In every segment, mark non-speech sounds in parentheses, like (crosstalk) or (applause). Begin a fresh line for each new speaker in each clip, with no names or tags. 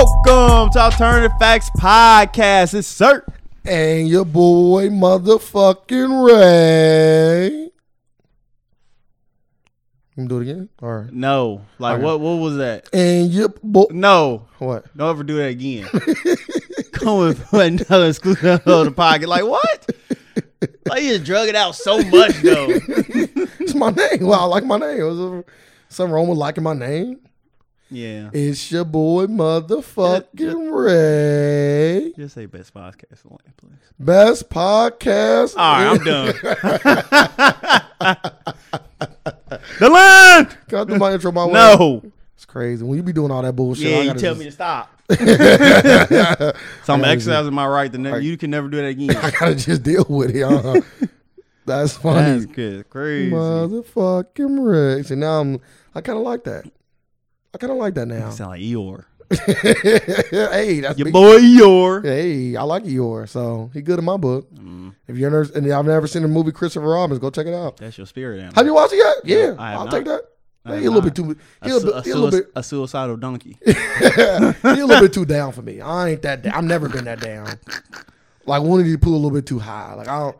Welcome to Alternative Facts Podcast. It's Sir.
And your boy, motherfucking Ray. Let me do it again. All right.
No. Like
Okay.
what what was that?
And your boy.
No.
What? (laughs)
Don't ever do that (laughs) again. Coming for another exclusive of the pocket. Like what? Like you just drug it out so much though.
It's my name. Well, I like my name. Is there something wrong with liking my name?
Yeah.
It's your boy, motherfucking Ray.
Just say best podcast in the land, please.
Best podcast.
All right, I'm done. (laughs) the land.
Can I do my intro my way?
No.
It's crazy. When you be doing all that bullshit,
yeah,
I
you
gotta
tell
just,
me to stop. (laughs) so I'm exercising my right. The next, you can never do that
(laughs) I
again.
gotta just deal with it.
(laughs)
Uh-huh. That's funny.
That's good. Crazy.
Motherfucking Rex. And now I'm, I kind of like that. I kind of like that
You
now.
sound like Eeyore.
(laughs) hey, that's
Your
big-
boy Eeyore.
Hey, I like Eeyore, so he good in my book.
Mm-hmm.
If you're nervous, and I've never seen the movie Christopher Robbins, go check it out.
That's your spirit animal.
Have you watched it yet? Yeah,
I have
I'll
not.
take that.
I
Hey,
have
he a little bit
not.
too,
a,
he a,
su-
bit-
a
he a little
sui-
bit,
a suicidal
(laughs)
donkey.
he a little bit too down for me. I ain't that. down. I've never been that down. Like one of you pull a little bit too high. Like I don't,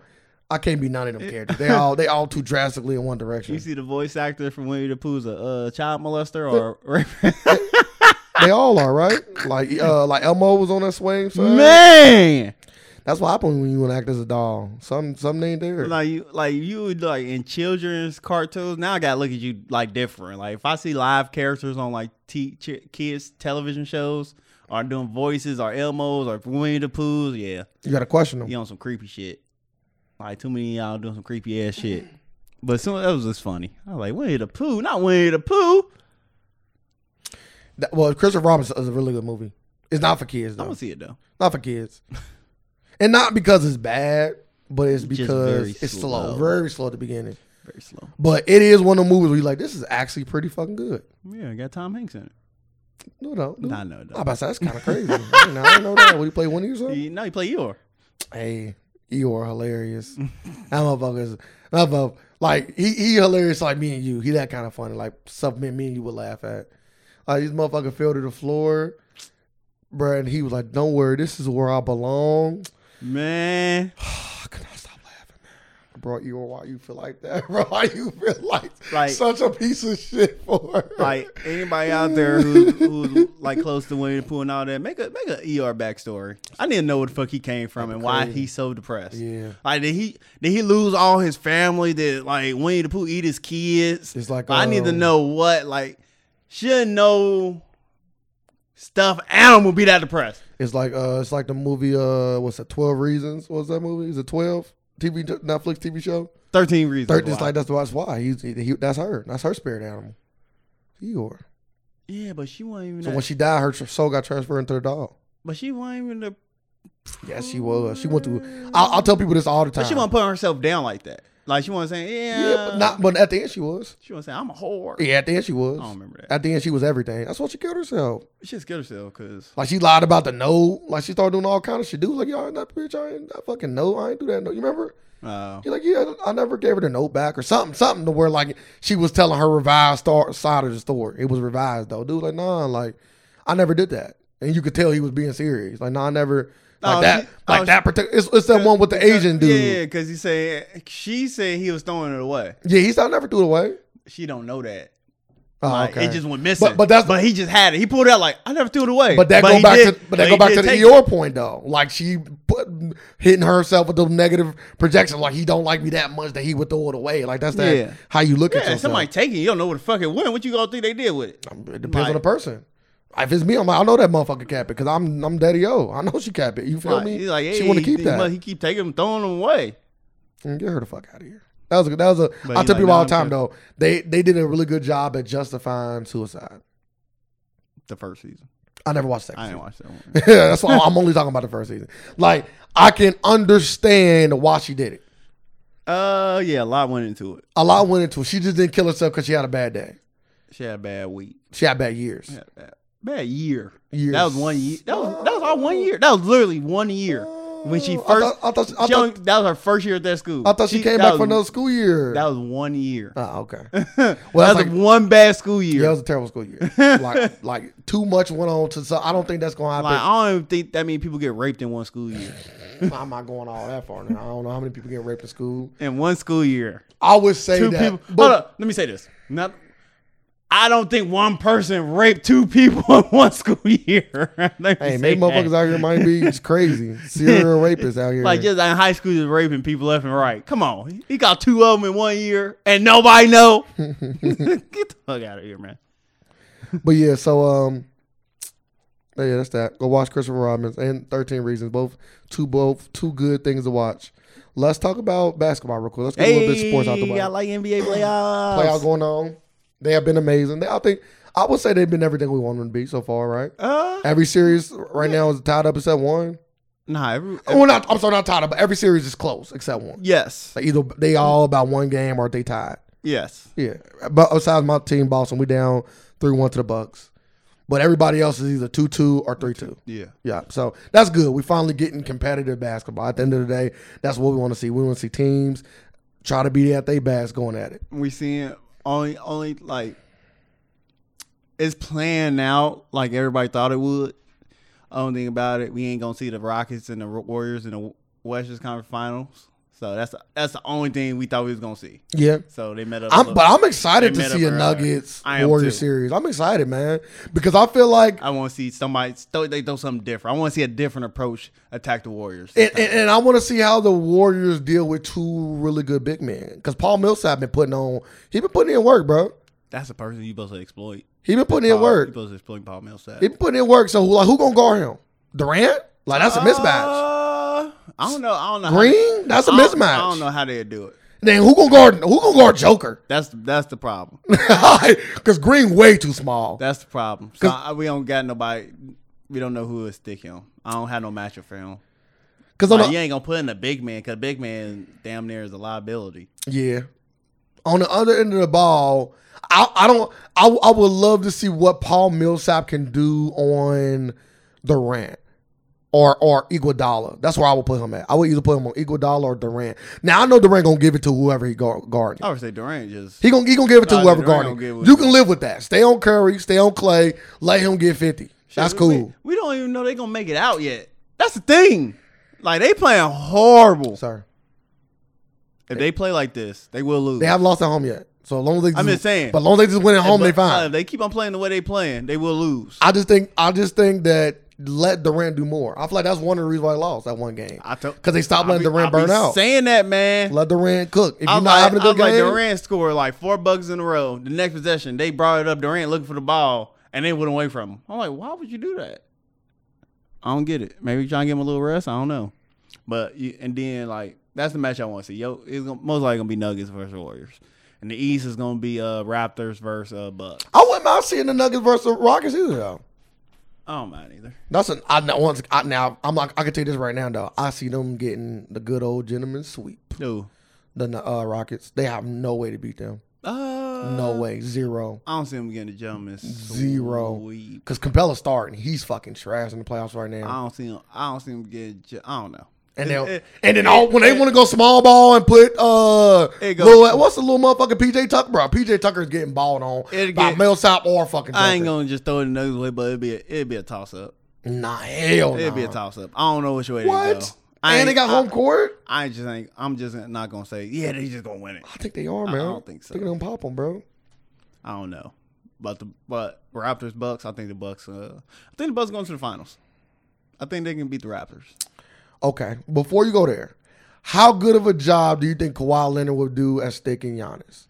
I can't be none
(laughs)
of them characters. They all, they all too drastically in one
you
direction.
see the voice actor from Winnie the Pooh's a uh, child molester or (laughs)
They all are right. Like, uh, like Elmo was on that swing. side.
man.
That's what happens when you want to act as a doll. Some some ain't there.
Like you, like you, would, like in children's cartoons. Now I gotta look at you like different. Like if I see live characters on like t- ch- kids television shows or doing voices or Elmos or Winnie the Poohs, yeah,
you gotta question them.
you on some creepy shit. Like too many of y'all doing some creepy ass shit. But some that was just funny. I was like Winnie the Pooh, not Winnie the Pooh.
That- well, Christopher Robinson is a really good movie. It's not for kids
I'm
though.
gonna see it though.
Not for kids, and not because it's bad, but it's
Just
because
very
it's slow.
slow.
very slow at the beginning.
Very slow.
But it is one of the movies where you're like, this is actually pretty fucking good.
Yeah, it got Tom Hanks in it.
No, no, no.
Nah, no,
I'm
no.
about to say, that's kind of crazy. (laughs) I didn't know- I didn't know that. Would he play one of you or something?
You, no, you play Eeyore.
Hey, you are hilarious. (laughs) that motherfucker's that motherf- like he he hilarious like me and you. He that kind of funny, like something me and you would laugh at. Like this motherfucker fell to the floor, bruh, and he was like, "Don't worry, this is where I belong." (sighs)
Man.
I could not stop laughing, man. Bro, you why you feel like that, (laughs) bro? Why you feel like,
Like-
such a piece of shit for?
Like anybody out there who, who's like close to Winnie the Pooh and all that, make a make a ER backstory. I need to know where the fuck he came from and why he's so depressed.
Yeah.
Like did he did he lose all his family? Did like Winnie the Pooh eat his kids?
It's like,
I need to
um,
know what like should know stuff animal be that depressed.
It's like uh, it's like the movie uh, what's that? Twelve Reasons? What's that movie? Is it twelve? TV Netflix TV show?
Thirteen reasons.
Third, just
why.
like that's why. That's why he's he, he- that's her. That's her spirit animal. Eeyore.
yeah, but she wasn't even
So
that-
when she died, her soul got transferred into the dog.
but she wasn't even the
Yes, she was. She went through. I'll, I'll tell people this all the time.
but she wasn't putting herself down like that. Like she wasn't saying, Yeah,
yeah, but not. But at the end, she was.
she wasn't saying I'm a whore.
Yeah, at the end, she was.
I don't remember that.
At the end, she was everything. That's why she killed herself.
She just killed herself because
Like she lied about the no. Like she started doing all kind of shit. Dude, was like y'all ain't that bitch. I ain't that fucking no. I ain't do that. No, you remember?
uh,
He's like, yeah, I never gave her the note back or something, something to where like she was telling her revised star- side of the story. It was revised though. Dude, was like, nah, like I never did that, and you could tell he was being serious. Like, nah, I never like
Oh,
that,
she-
like
oh,
that particular. It's, it's that one with the Asian dude.
Yeah,
Yeah,
because he said she said he was throwing it away.
he said I never threw it away.
She don't know that.
Oh,
Like,
okay.
It just went missing.
but that's-
he just had it. He pulled it out like I never threw it away.
but that go
he
back
did-
to but that
he
go back
did
to the
take
your point though. Like she put, hitting herself with those negative projections. Like he don't like me that much that he would throw it away. Like that's that
Yeah.
how you look
it.
at
Yeah,
yourself.
somebody taking. it. You don't know what the fuck it went. What you gonna think they did with it?
It depends on
Like-
the person. If it's me, I'm like, I know that motherfucker cap it because I'm I'm Daddy O. I know she cap it. You feel
Like,
me?
he's like, hey,
she want to
he-
keep
he
that.
must- He keep taking them, throwing them away.
Mm, Get her the fuck out of here. That was a, that was a. I
But
tell
he's like,
people
nah,
all
I'm
the time
good.
though. They they did a really good job at justifying suicide.
The first season.
I never watched that.
I
season.
didn't watch that
(laughs)
one.
That's why I'm only talking about the first season. Like I can understand why she did it.
Uh, yeah, a lot went into it.
A lot went into it. She just didn't kill herself because she had a bad day.
She had a bad week.
She had bad years.
Had a bad, bad year.
Years.
That was one year. That was that was all one year. That was literally one year. When she
Oh, I
first,
thought- I thought she- I
she only-
thought-
that was her first year at that school.
I thought she, came
that
back
was-
for another school year.
That was one year. (laughs)
oh, okay.
well, that's
like-
one bad school year.
Yeah, it was a terrible school year.
(laughs)
like, like too much went on to. So I don't think that's gonna happen.
like I don't even think that many people get raped in one school year.
(laughs) I'm not going all that far now. I don't know how many people get raped in school.
In one school year,
I would say
two
that.
people.
but
hold up, let me say this. Not, I don't think one person raped two people (laughs) in one school year. (laughs) Let me
hey,
say
maybe
that.
motherfuckers out here
(laughs)
might be just crazy. Serial rapists out here.
Like just in high school, just raping people left and right. Come on, he got two of them in one year, and nobody know.
(laughs)
(laughs) Get the fuck out of here, man.
But yeah, so um, yeah, that's that. Go watch Christopher Robbins and Thirteen Reasons. Both two both two good things to watch. Let's talk about basketball real quick. Let's get a little bit of sports out the way.
Hey, I like NBA playoffs.
Playoff going on. They have been amazing. They, I think I would say they've been everything we want them to be so far. Right.
Uh,
Every series right now is tied up except one.
nah, every,
Oh, well, not I'm sorry, not tied up, but every series is close except one.
yes,
Like either they all about one game or they tied.
yes.
Yeah, but besides my team, Boston, we down three one to the Bucks, but everybody else is either two two or three two.
Yeah.
Yeah, so that's good. We finally getting competitive basketball. At the end of the day, that's what we want to see. We want to see teams try to be at their best going at it.
We seeing only only like it's playing out like everybody thought it would. Only thing about it, we ain't gonna see the Rockets and the Warriors in the Western Conference Finals. So that's that's the only thing we thought we was gonna see.
Yeah.
So they met up. a
I'm,
little-
but I'm excited
They
to
met up
see a
earlier.
Nuggets
I am
Warrior
too.
series. I'm excited, man, because I feel like
I want to see somebody throw, they throw something different. I want to see a different approach attack the Warriors.
And, and, and I want to see how the Warriors deal with two really good big men. Because Paul Millsap been putting on, he been putting in work, bro.
That's a person you supposed to exploit.
He been putting in
Paul- You
work.
supposed to exploit Paul Millsap.
He been putting in work. So who, like, who gonna guard him? Durant? Like that's a mismatch.
Uh, I don't know. I don't know. how they-
Green? That's a
I don't- I
mismatch.
don't know how they do it.
Then who gonna guard? Who gonna guard Joker? (laughs)
That's that's the problem.
Because Green way too small.
That's the problem. So I, we don't got nobody. We don't know who is stick him. I don't have no matchup for him.
Because on
Like, you
the,
ain't gonna put in a big man because big man damn near is a liability.
yeah, on the other end of the ball, I, I don't. I, I would love to see what Paul Millsap can do on Durant. or or Iguodala. That's where I would put him at. I would either put him on Iguodala or Durant. Now I know Durant gonna give it to whoever he guard, guarding.
I would say Durant just
He gonna he gonna give it to
Nah,
whoever
Durant
guarding.
gonna give it
You
to
can live with that. Stay on Curry. Stay on Clay. Let him get fifty. That's
We-
cool.
We, we don't even know they gonna make it out yet. That's the thing. Like they playing horrible.
Sorry,
If they play like this, they will lose.
they haven't lost at home yet. So as long as they, just,
I'm just saying.
But as long as they just win at home,
But, uh,
they
if
fine.
they keep on playing the way they playing, they will lose. I,
I just think I just think that let Durant do more. I feel like that's one of the reasons why they lost that one game
told
because they stopped letting Durant burn out.
Saying that, man.
Let Durant cook. If
I
you're
was,
not
like,
having a
I was
good
like,
game,
Durant scored like four bucks in a row. The next possession, they brought it up. Durant looking for the ball, and they went away from him. I'm like, why would you do that? I don't get it. Maybe trying to give him a little rest. I don't know. But you, and then like that's the match I want to see. Yo, it's gonna, most likely gonna be Nuggets versus Warriors, and the East is gonna be uh Raptors versus uh Bucks.
I wouldn't mind seeing the Nuggets versus the Rockets either. Though.
I don't mind either.
That's an I know once I now I'm like I can tell you this right now though. I see them getting the good old gentleman sweep.
Dude,
The uh, Rockets. They have no way to beat them.
uh,
No way. Zero.
I don't see him getting the gentleman
Zero.
sweep.
Because Capella's starting. He's fucking trash in the playoffs right
I
now.
don't see him. I don't see him getting. ge- I don't know.
And
It-
they'll
it-
and then all when they
it-
want to go small ball and put uh
It goes-
little, what's the little motherfucker PJ Tucker bro? PJ Tucker's getting balled on
It
by
get-
Millsap or fucking.
I ain't
Joker.
gonna just throw it another way, but it'd be a, it'd be a toss up.
Nah, hell
It'd be a
nah.
toss up. I don't know which way they go.
What?
I
and they
ain't-
got
I-
home court.
I just ain't. I'm just not gonna say. Yeah, they just gonna win it.
I think they are,
I
man.
don't think so.
Think they gonna pop them, bro.
I don't know. But the but Raptors Bucks. I think the Bucks. Uh, I think the Bucks going to the finals. I think they can beat the Raptors.
Okay, before you go there, how good of a job do you think Kawhi Leonard will do at sticking Giannis?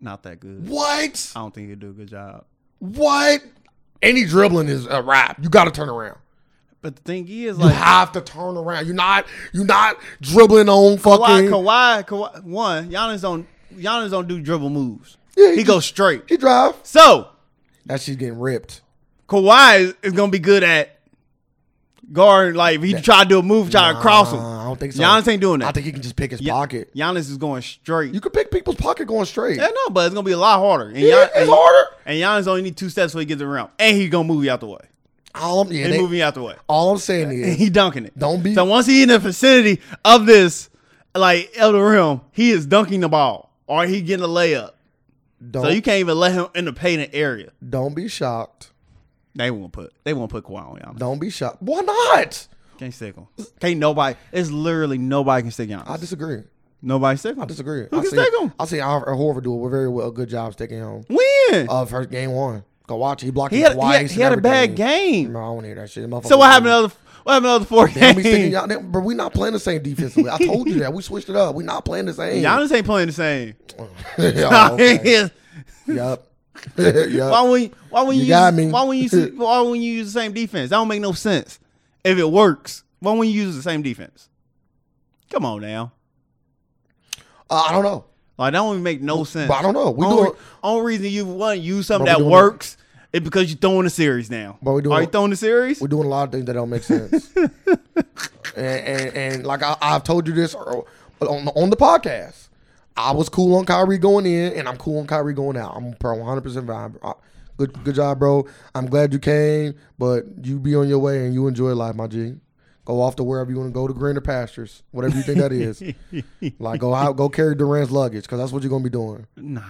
Not that good.
What?
I don't think he'll do a good job.
What? Any dribbling is a wrap. You got to turn around.
But the thing is,
You
like
have to turn around. You're not. You're not dribbling on fucking.
Kawhi, Kawhi, Kawhi. One, Giannis don't Giannis don't do dribble moves.
Yeah,
he
he
goes straight.
He drive.
So
That shit's getting ripped.
Kawhi is, is gonna be good at guard. Like if he try to do a move, try to cross him.
Nah, Uh, I don't think so.
Giannis ain't doing
I
that.
think he can just pick his
Gian-
pocket.
Giannis is going straight.
You can pick people's pocket going straight.
yeah, no, but it's gonna be a lot harder. And,
Yeah,
Gian-
it's
and,
harder.
and Giannis only need two steps so he gets around, and he's gonna move you out the way.
All I'm, yeah,
They
they-
moving you out the way.
all I'm saying
And (laughs)
is
he dunking it.
don't be
So once he in the vicinity of this, like Elder Rim, he is dunking the ball or he getting a layup.
don't,
So you can't even let him in the painted area.
don't be shocked.
They won't put they won't put Kawhi on Giannis.
Don't be shocked. Why not?
Can't stick him. Can't nobody. It's literally nobody can stick Giannis.
I disagree.
nobody stick him.
I disagree.
Who
I
can
see,
take him?
I see Al- Horford do a very well, good job sticking him.
When
Uh, first game one. Go watch. He blocked
he
it
had, he
twice.
had, he had a
and
bad
everything.
game.
No, I don't hear that shit.
So what happened? to Other what happened? to Other four
Damn,
(laughs)
we sticking
games.
y'all, damn, bro, we not playing the
(laughs)
same defensively. I told you that. We switched it up. We not playing the same. (laughs)
Giannis ain't playing the same.
Yeah,
(laughs)
Oh, okay. yep. (laughs)
Why
yep.
wouldn't why wouldn't you,
You got
use,
me.
why wouldn't you see-
(laughs)
why wouldn't you use the same defense? That don't make no sense. If it works, why wouldn't you use the same defense? Come on now.
Uh, I don't know.
Like that don't even make no sense.
But I don't know. We
only,
doing,
only reason you want to use something
Bro,
that
we doing-
works is because you're throwing the series now.
Bro, we doing-
Are you throwing the series?
we're doing a lot of things that don't
(laughs)
make sense. and, and and like I, I've told you this on on the podcast, I was cool on Kyrie going in, and I'm cool on Kyrie going out. I'm pro 100 percent vibe. Uh, Good good job, bro. I'm glad you came, but you be on your way and you enjoy life, my G. Go off to wherever you want to go to greener pastures, whatever you think
(laughs)
that is. like go out, go carry Durant's luggage because that's what you're gonna be doing,
nah.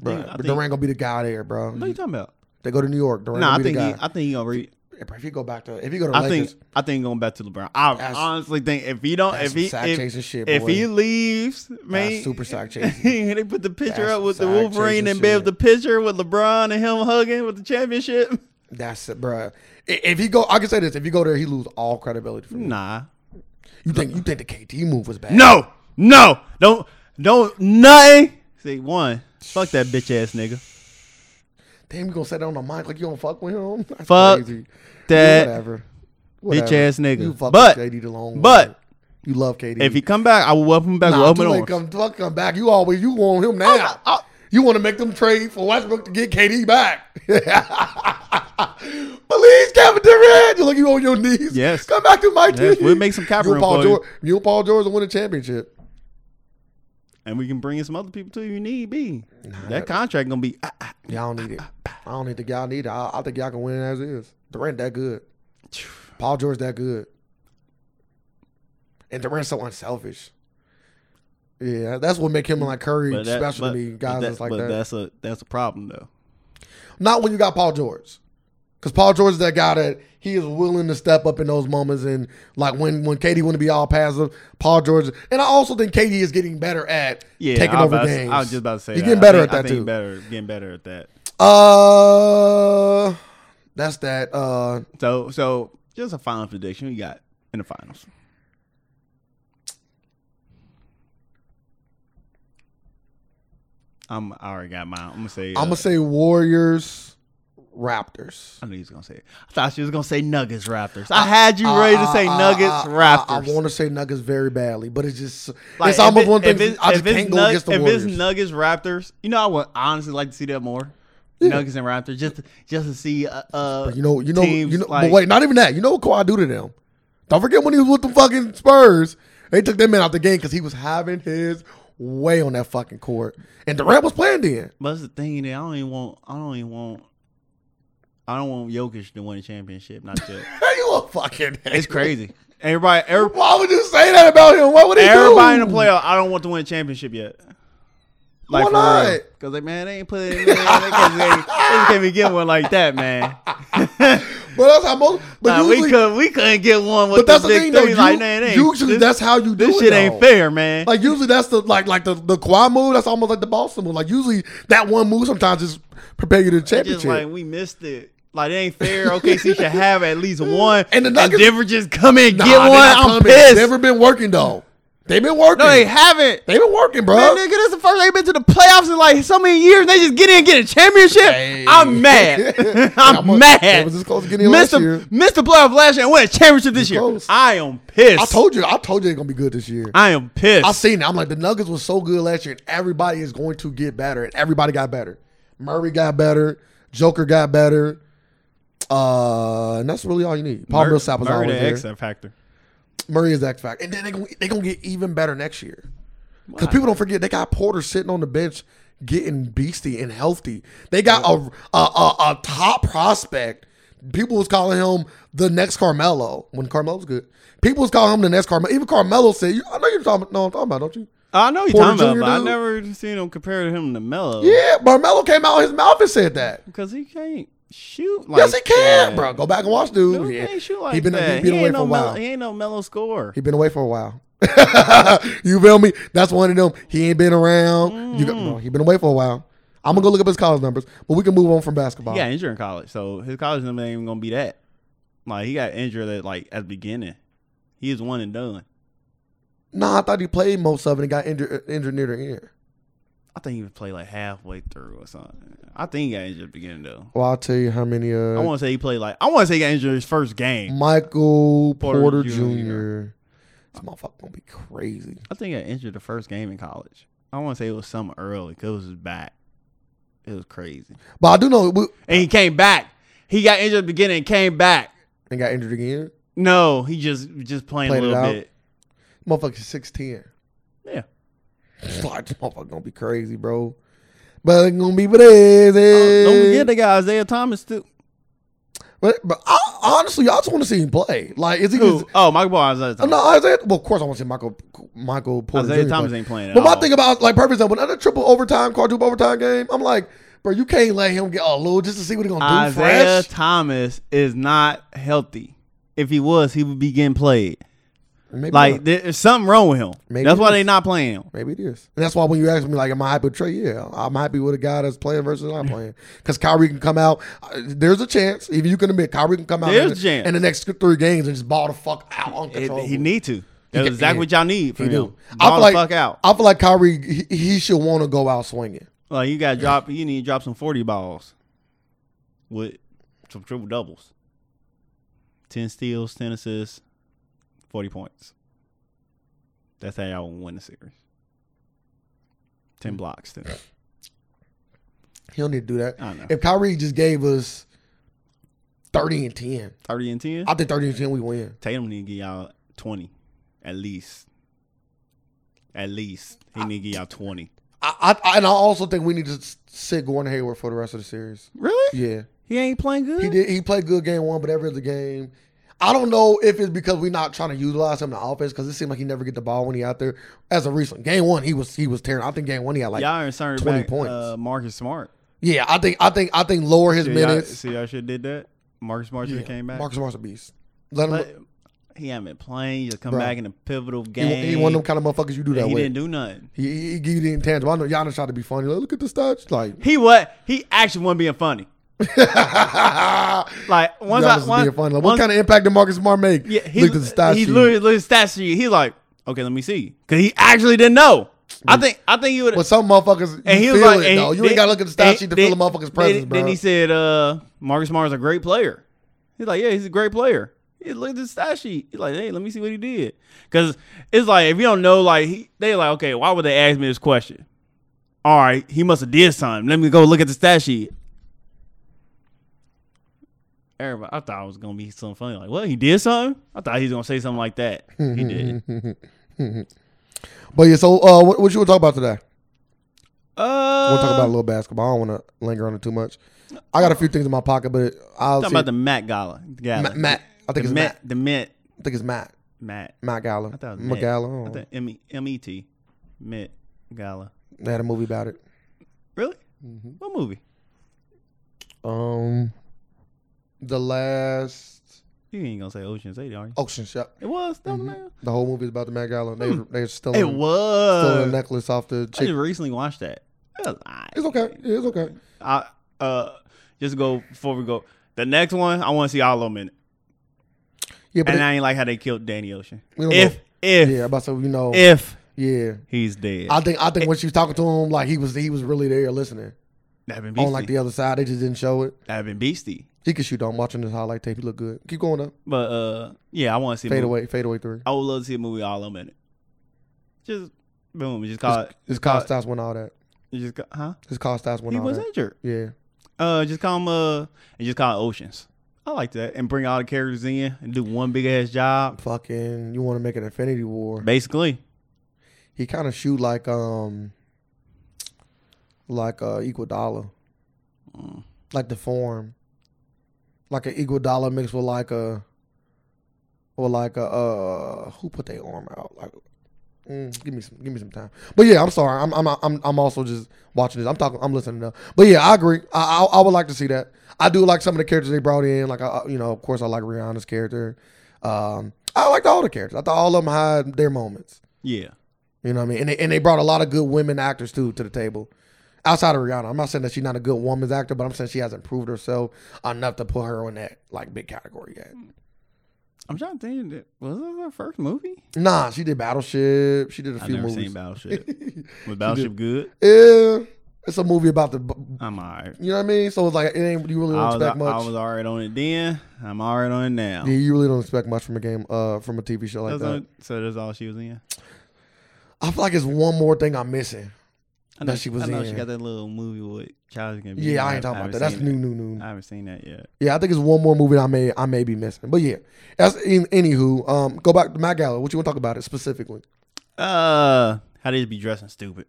bro.
I think, I
but
think,
Durant gonna be the guy there, bro.
what are you talking about?
They go to New York. Durant
Nah, I
gonna be
think he,
the guy.
I think he gonna read.
if he go back to if he go to
I
Lakers,
think I think going back to LeBron. I
That's-
honestly think if he don't
that's
if he
some sack
if,
chasing shit,
if
boy.
he leaves, man, (laughs)
super sack chasing.
they put the picture
That's
up with the
some sack
Wolverine
chasing
and Bev
shit.
the picture with LeBron and him hugging with the championship. (laughs)
That's it, bruh. I- If he go, I can say this: if you go there, he lose all credibility. For me.
Nah,
You think you think the KT move was bad?
no, no, don't, don't, nothing. See, one, fuck that bitch ass nigga.
Damn, you gonna say that on the mic like you don't fuck with him? That's
Fuck
crazy.
that
whatever.
bitch-ass nigga.
You fuck
But-
with KD the long way.
but-
you love KD.
If he come back, I will welcome him back
nah,
with
too
open
late,
arms.
come fuck come back. You always you want him now.
I-
you want to make them trade for Westbrook to get KD back. (laughs) Please, Kevin Durant. You look you on your knees.
Yes.
come back to my team.
Yes, we'll make some cap
You and
room
Paul
for you.
George. You and Paul George will win a championship.
and we can bring in some other people too. if You need be that contract gonna be. ah, ah.
Y'all don't need it. I don't even think y'all need it. I, I think y'all can win it as is. Durant that good. Paul George that good. And Durant's so unselfish. Yeah, that's what make him like Curry
But that-
special
but-
to me.
but
Guys
that-
that's like
but
that.
That's a that's a problem though.
Not when you got Paul George. Because Paul George is that guy that he is willing to step up in those moments. And like when when Katie want to be all passive, Paul George. And I also think Katie is getting better at
Yeah,
taking
I was
over
about to-
games.
I was just about to say
You're
that.
getting
I
better
think-
at
I
that
think
too.
Better getting better at that.
Uh, that's that. Uh,
So so just a final prediction. We got in the finals. I'm I already got mine. I'm gonna say.
I'm
uh,
gonna say Warriors, Raptors.
I knew you was gonna say it. I thought she was gonna say Nuggets Raptors. I had you ready to say
I- I-
Nuggets
I- I-
Raptors.
I, want to say Nuggets very badly, but it's just
Like,
it's almost
if it-
one thing.
if it's-
I just
if it's
can't go
Nug-
against the
If
Warriors.
it's Nuggets Raptors, you know, I would honestly like to see that more. Nuggets and Raptors, just to, just to see. Uh, uh,
you know, you know,
teams,
you know.
like,
but wait, not even that. You know what Kawhi do to them? Don't forget when he was with the fucking Spurs. They took that man out the game because he was having his way on that fucking court, and Durant was playing then.
But that's the thing that I don't even want. I don't even want. I don't want Jokic to win a championship. Not
(laughs)
yet.
you a fucking. (laughs)
it's crazy. Everybody, every,
Why would you say that about him? What would he
everybody
do?
in the playoff. I don't want to win a championship yet.
Why not?
Because like man, they ain't put it. In, man, they can't, they ain't- they can't be getting one like that,
(laughs)
man.
But that's how most. But
Nah,
usually,
we could we couldn't get one with
But that's
the
the
big
thing, though.
three. like,
You-
man, it ain't-
usually,
this,
that's how you do
this
it.
shit ain't
though.
fair, man.
Like usually, that's the like like the the Kawhi move. That's almost like the Boston move. Like usually, that one move sometimes just prepare you to the
just
championship.
like we missed it. Like it ain't fair. OKC should have at
(laughs)
least one,
And the Nuggets-
Denver just come in and
Nah,
get
they
one.
not
I'm
coming.
pissed.
Never been working though. They've been working.
no, they
they,
haven't.
have been working, bro.
Man, nigga, this the first they been to the playoffs in like so many years. They just get in, and get a championship.
Hey.
I'm
(laughs)
mad.
How
I'm
much-
mad.
they was this close to getting in
missed
last
the-
year.
Missed the playoff last year and win a championship this year.
close.
I am pissed.
I told you. I told you they're gonna be good this year. I,
I am pissed.
have seen it. I'm like the Nuggets was so good last year, and everybody is going to get better, and everybody got better. Murray got better. Joker got better. Uh, and that's really all you need. Paul
Mur-
Millsap was
Murray
always
the
there.
X factor.
Murray is X factor, and then they're gonna, they gonna get even better next year. Because people don't forget they got Porter sitting on the bench, getting beasty and healthy. They got a a, a, a top prospect People was calling him the next Carmelo when Carmelo's good. People was calling him the next Carmelo. Even Carmelo said, "You- "I know you're talking. No, I'm talking about, don't you?"
Uh, I know you're
Porter
talking about,
Jr.
but I
dude.
never seen him compare him to Melo.
Yeah, Carmelo came out his mouth and said that.
Because he can't shoot like
Yes, he
that.
can, bro. Go back and watch, dude.
No, he
Yeah.
can't shoot like
he been
that.
he been
He
away
ain't
for a
no Melo-
while.
He ain't no Melo scorer.
He been away for a while. (laughs) you feel me? That's one of them. He ain't been around. You got,
Mm.
no, he been away for a while. I'm gonna go look up his college numbers, but we can move on from basketball.
He got injured in college, so his college number ain't even gonna be that. Like he got injured at like at the beginning. He is one and done.
Nah, I thought he played most of it and got injured, uh, injured near the end.
I think he would play like halfway through or something. I think he got injured at the beginning though.
Well, I'll tell you how many.
I
Uh,
want to say he played like I want to say he got injured his first game.
Michael
Porter
Porter,
Jr..
Jr. This motherfucker gonna be crazy.
I think he got injured the first game in college. I want to say it was something early because it was his back. It was crazy,
But I do know we,
and he came back. He got injured at the beginning and came back.
and got injured again.
No, he just just playing
Played
a
it
little
out.
bit.
Motherfucker's six ten. (laughs)
Yeah.
Like this motherfucker gonna be crazy, bro. But it's gonna be crazy.
Uh, don't forget they got Isaiah Thomas too.
But, but I, honestly, I just want to see him play. Like, is he?
Who? Oh, Michael Ball, Isaiah
Oh,
Thomas.
no, Isaiah. Well, of course, I want to see Michael Michael Porter
Isaiah
Jr.
Thomas
play.
ain't playing. At
But my
all.
thing about like purpose of another triple overtime, quadruple overtime game, I'm like, bro, you can't let him get all little just to see what he gonna do
Isaiah
fresh.
Thomas is not healthy. If he was, he would be getting played.
Maybe
Like
not.
there's something wrong with him.
Maybe
That's
it
why
is.
they not playing him.
Maybe it is. And that's why when you ask me, like, am I happy with Trey? Yeah, I'm happy with a guy that's playing versus not playing. Because Kyrie can come out. uh, There's a chance, even you can admit, Kyrie can come out
There's
in,
a
the-
chance.
in the next three games and just ball the fuck out
It-
uncontrollably.
he need to. That's
can-
exactly
yeah.
what y'all need from
He
him.
do. I
Ball
feel
the
like
fuck out.
I feel like Kyrie, he, he should want to go out swinging.
Like you got to drop. You need to drop some forty balls with some triple doubles, ten steals, ten assists, forty points. That's how y'all win the series.
Hmm.
Ten blocks. Then.
He don't need to do that.
I know.
If Kyrie just gave us thirty and ten,
Thirty and ten.
I think thirty and ten we win.
Tatum need to get y'all twenty, at least. At least he need to get y'all twenty.
I, I, I and I also think we need to s- sit Gordon Hayward for the rest of the series.
Really?
Yeah,
He ain't playing good.
he did. He played good game one, but every other game. I don't know if it's because we're not trying to utilize him in the offense because it seemed like he never get the ball when he out there. As a recent game one, he was he was tearing. I think game one he had like yeah.
y'all are starting
20
back,
points.
Uh, Marcus Smart.
I think I think I think lower his
See y'all,
minutes.
see y'all should did that. Marcus Smart should
Yeah.
have came back.
Marcus Smart's a beast. Let him.
but he haven't been playing. He just come
Bruh.
back in a pivotal
he,
game.
he one of them kind of motherfuckers you do
And
that
he
with.
didn't do nothing.
He, he, he give you the intangible. I know Giannis tried to be funny. Like, look at the stats. Like, (laughs)
He what? He actually wasn't being funny.
Giannis
Like once I
is
once,
being funny. Like, what
once-
kind of impact did Marcus Smart make?
yeah, he
look at the stats.
He
sheet.
literally looked at the stats sheet. He's like, okay, let me see, because he actually didn't know. I think I think he would.
But some motherfuckers,
And he
you
was
feel
like,
it,
and
though.
he-
You
then-
ain't got to look at the stat
then-
sheet to
then-
feel a motherfucker's presence,
then,
bro.
Then he said, uh, Marcus Smart is a great player. He's like, yeah, he's a great player. He looked at the stat sheet. He's like, hey, let me see what he did. Because it's like, if you don't know, like, he, they like, okay, why would they ask me this question? All right, he must have did something. Let me go look at the stat sheet. Everybody, I thought it was gonna be something funny. Like, well, he did something. I thought he was gonna say something like that. He
(laughs)
did.
but yeah, so uh, what, what you want to talk about today?
Uh,
We'll talk about a
Um,
little basketball. I don't want to linger on it too much. I got a few things in my pocket, but I'll
talking
see.
about the Matt Gala. Gala.
Ma- Matt. I think
the
it's
Met,
Matt.
the Met,
I think it's Matt.
Matt.
Matt Gala.
I thought it was
Matt
Met.
Gala.
I
Oh,
thought M E M E T, Met Gala.
They had a movie about it. Mm-hmm.
Really? What movie?
Um, the last
You ain't gonna say Ocean's Eight, are you?
Ocean Shot.
It was. that was now?
The whole movie is about the Met Gala. They they still
Hmm. It
still a
was.
necklace off the
I
chick.
just recently watched that. It was alright.
It's okay. Yeah, it's okay.
I uh, just go before we go. The next one, I want to see all of them in it.
Yeah, but
And
it,
I ain't like how they killed Danny Ocean.
We don't
If
know.
if
yeah, I'm about to say, you know.
if
yeah,
he's dead,
I think I think when she was talking to him, like he was he was really there listening
that'd been
on like
beastie.
the other side. They just didn't show it.
that'd been beastie.
He could shoot on watching this highlight tape. He look good. Keep going up.
But uh, yeah, I want to see a
Fade
movie.
away. Fade away three.
I would love to see a movie all of them in it. Just boom, just call it.
His Costas won all that.
Just ca- huh?
His Costas won
He
all
was
that.
injured.
Yeah.
Uh, just call him uh, and just call it Oceans. I like that, and bring all the characters in and do one big ass job.
Fucking, you want to make an Infinity War?
Basically,
He kind of shoot like um, like uh, Equal Dollar, like the form. like an Iguodala mixed with like a or like a uh who put their arm out like. mm, give me some, give me some time. But yeah, I'm sorry. I'm, I'm, I'm, I'm also just watching this. I'm talking, I'm listening now. But yeah, I agree. I, I, I would like to see that. I do like some of the characters they brought in. Like, I, I- you know, of course, I like Rihanna's character. Um, I liked all the characters. I thought all of them had their moments.
Yeah.
You know what I mean? And they, and they brought a lot of good women actors too to the table. Outside of Rihanna, I'm not saying that she's not a good woman's actor, but I'm saying she hasn't proved herself enough to put her in that like big category yet.
I'm trying to think. that- Was this her first movie?
Nah, she did Battleship. She did a
I've
few
never
movies.
seen
(laughs)
Battleship. Was Battleship good?
yeah, it's a movie about the. bu-
I'm alright.
You know what I mean? So it's like it ain't you really
I
don't
was, I,
expect much.
was alright on it then. I'm alright on it now.
yeah, you really don't expect much from a game, uh, from a TV show like
That's
that.
all- so that's all she was in.
I feel like it's one more thing I'm missing.
I know,
That she was
I know she
in.
got that little movie with Charles Gambino.
Yeah, I ain't talking about that.
haven't
That's
seen
new,
it.
new, new.
I haven't seen that yet.
Yeah, I think it's one more movie that I may I may be missing. But yeah, that's in, anywho. Um, go back to Matt Gala. What you want to talk about it specifically?
Uh, how they just be dressing stupid.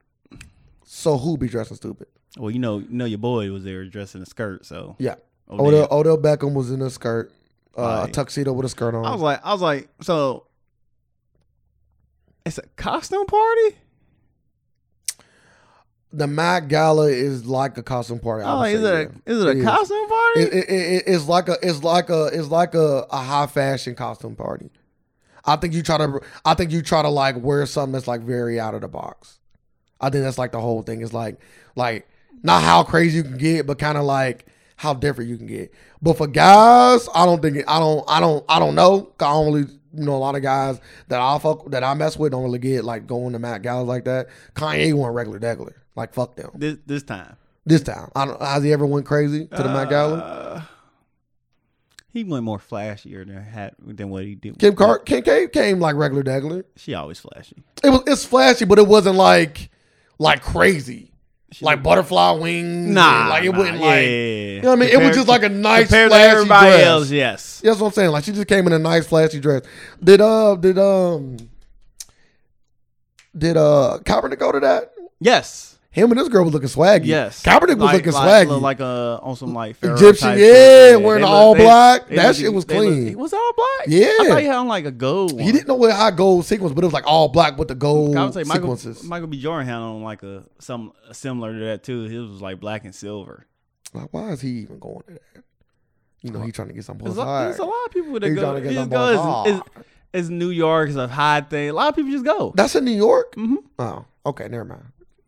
So who be dressing stupid?
Well, you know, you know your boy was there dressed in a skirt, so
Yeah,
oh,
Odell,
damn.
Odell Beckham was in a skirt, uh, a
Right.
tuxedo with a skirt on.
I was like, I was like, so it's a costume party.
the Matt Gala is like a costume party. I
Oh,
would
is it
say,
a, is it
It
a
is.
costume party?
yeah. It- it- it- it's like a it's like a it's like a, a high fashion costume party. I think you try to I think you try to like wear something that's like very out of the box. I think that's like the whole thing. It's like like not how crazy you can get, but kind of like how different you can get. But for guys, I don't think I don't I don't I don't know. 'Cause I don't really you know a lot of guys that I fuck that I mess with don't really get like going to Matt Gala like that. Kanye went regular degular. Like fuck them.
this this time
This time, I don't. Has he ever went crazy to the Matt Gala?
Uh, He went more flashier than had than what he did.
Kim Car Kim K came like regular degular.
She always flashy.
It was it's flashy, but it wasn't like like crazy,
She
like butterfly wings. and,
nah,
like it
nah,
wouldn't
yeah,
like.
yeah,
You know what I mean? it was just like a nice
compared to
flashy
everybody
dress.
else. Yes,
That's what I'm saying. Like she just came in a nice flashy dress. Did uh did um did uh Kaepernick go to that?
yes,
Him and this girl was looking swaggy.
yes.
Kaepernick was
Like-
looking
like,
swaggy.
look like uh, on some like Pharaoh
Egyptian,
type
yeah,
shit.
wearing
they
all
look- they-
black.
they
That
look-
shit was
they look-
clean.
It was all black.
Yeah.
I thought he had on like a gold. One.
he didn't know what high gold sequence, but it was like all black with the gold
I would say Michael,
sequences.
Michael B. Jordan had on like a some similar to that too. His was like black and silver.
Like, why is he even going to that? You know, he trying to get some
There's
pussy.
a, there's a lot of people that
He's
go.
trying to get
they just
them
go,
balls
it's, it's- it's New York. It's a high thing. A lot of people just go.
That's in New York.
Mm-hmm.
Oh, okay, never mind.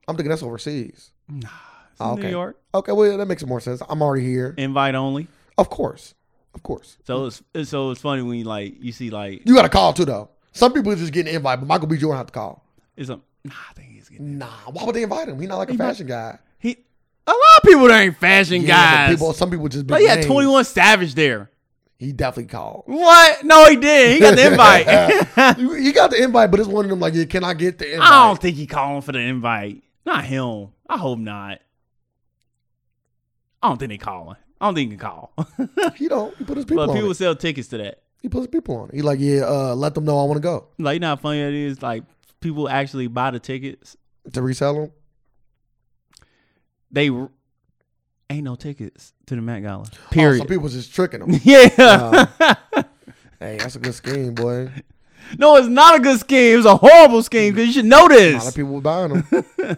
I'm thinking that's overseas.
Nah, it's
Oh,
New
okay.
York.
Okay, well that makes more sense. I'm already here.
Invite only.
Of course, of course.
So it's it's- so it's funny when you like you see like
You got to call too though. Some people just get an invite, but Michael B. Jordan have to call.
it's a nah, I think he's getting
Nah, why would they invite him? He's not like a
He might-
fashion guy.
he a lot of people that ain't fashion
Yeah, but
guys.
people, some people just big
like he had
names.
twenty one Savage there.
He definitely called.
What? No, he did. He got
(laughs)
the invite.
You- he got the invite, but it's one of them like, yeah, can I get the invite?
I don't think he calling for the invite. Not him. I hope not. I don't think they calling. I don't think he can call. (laughs) but
he don't. He put his people on.
people
it.
sell tickets to that.
He put his people on. it. He like, yeah, uh, let them know I want to go
Like you know how funny that is? Like people actually buy the tickets.
to resell them.
They r- ain't no tickets to the Met Gala.
Oh, (laughs)
Period. (laughs)
some people just tricking them.
yeah.
hey, that's a good scheme, boy.
(laughs) no, it's not a good scheme. It's a horrible scheme because you should know
A lot of
this.
people were buying
(laughs)
them.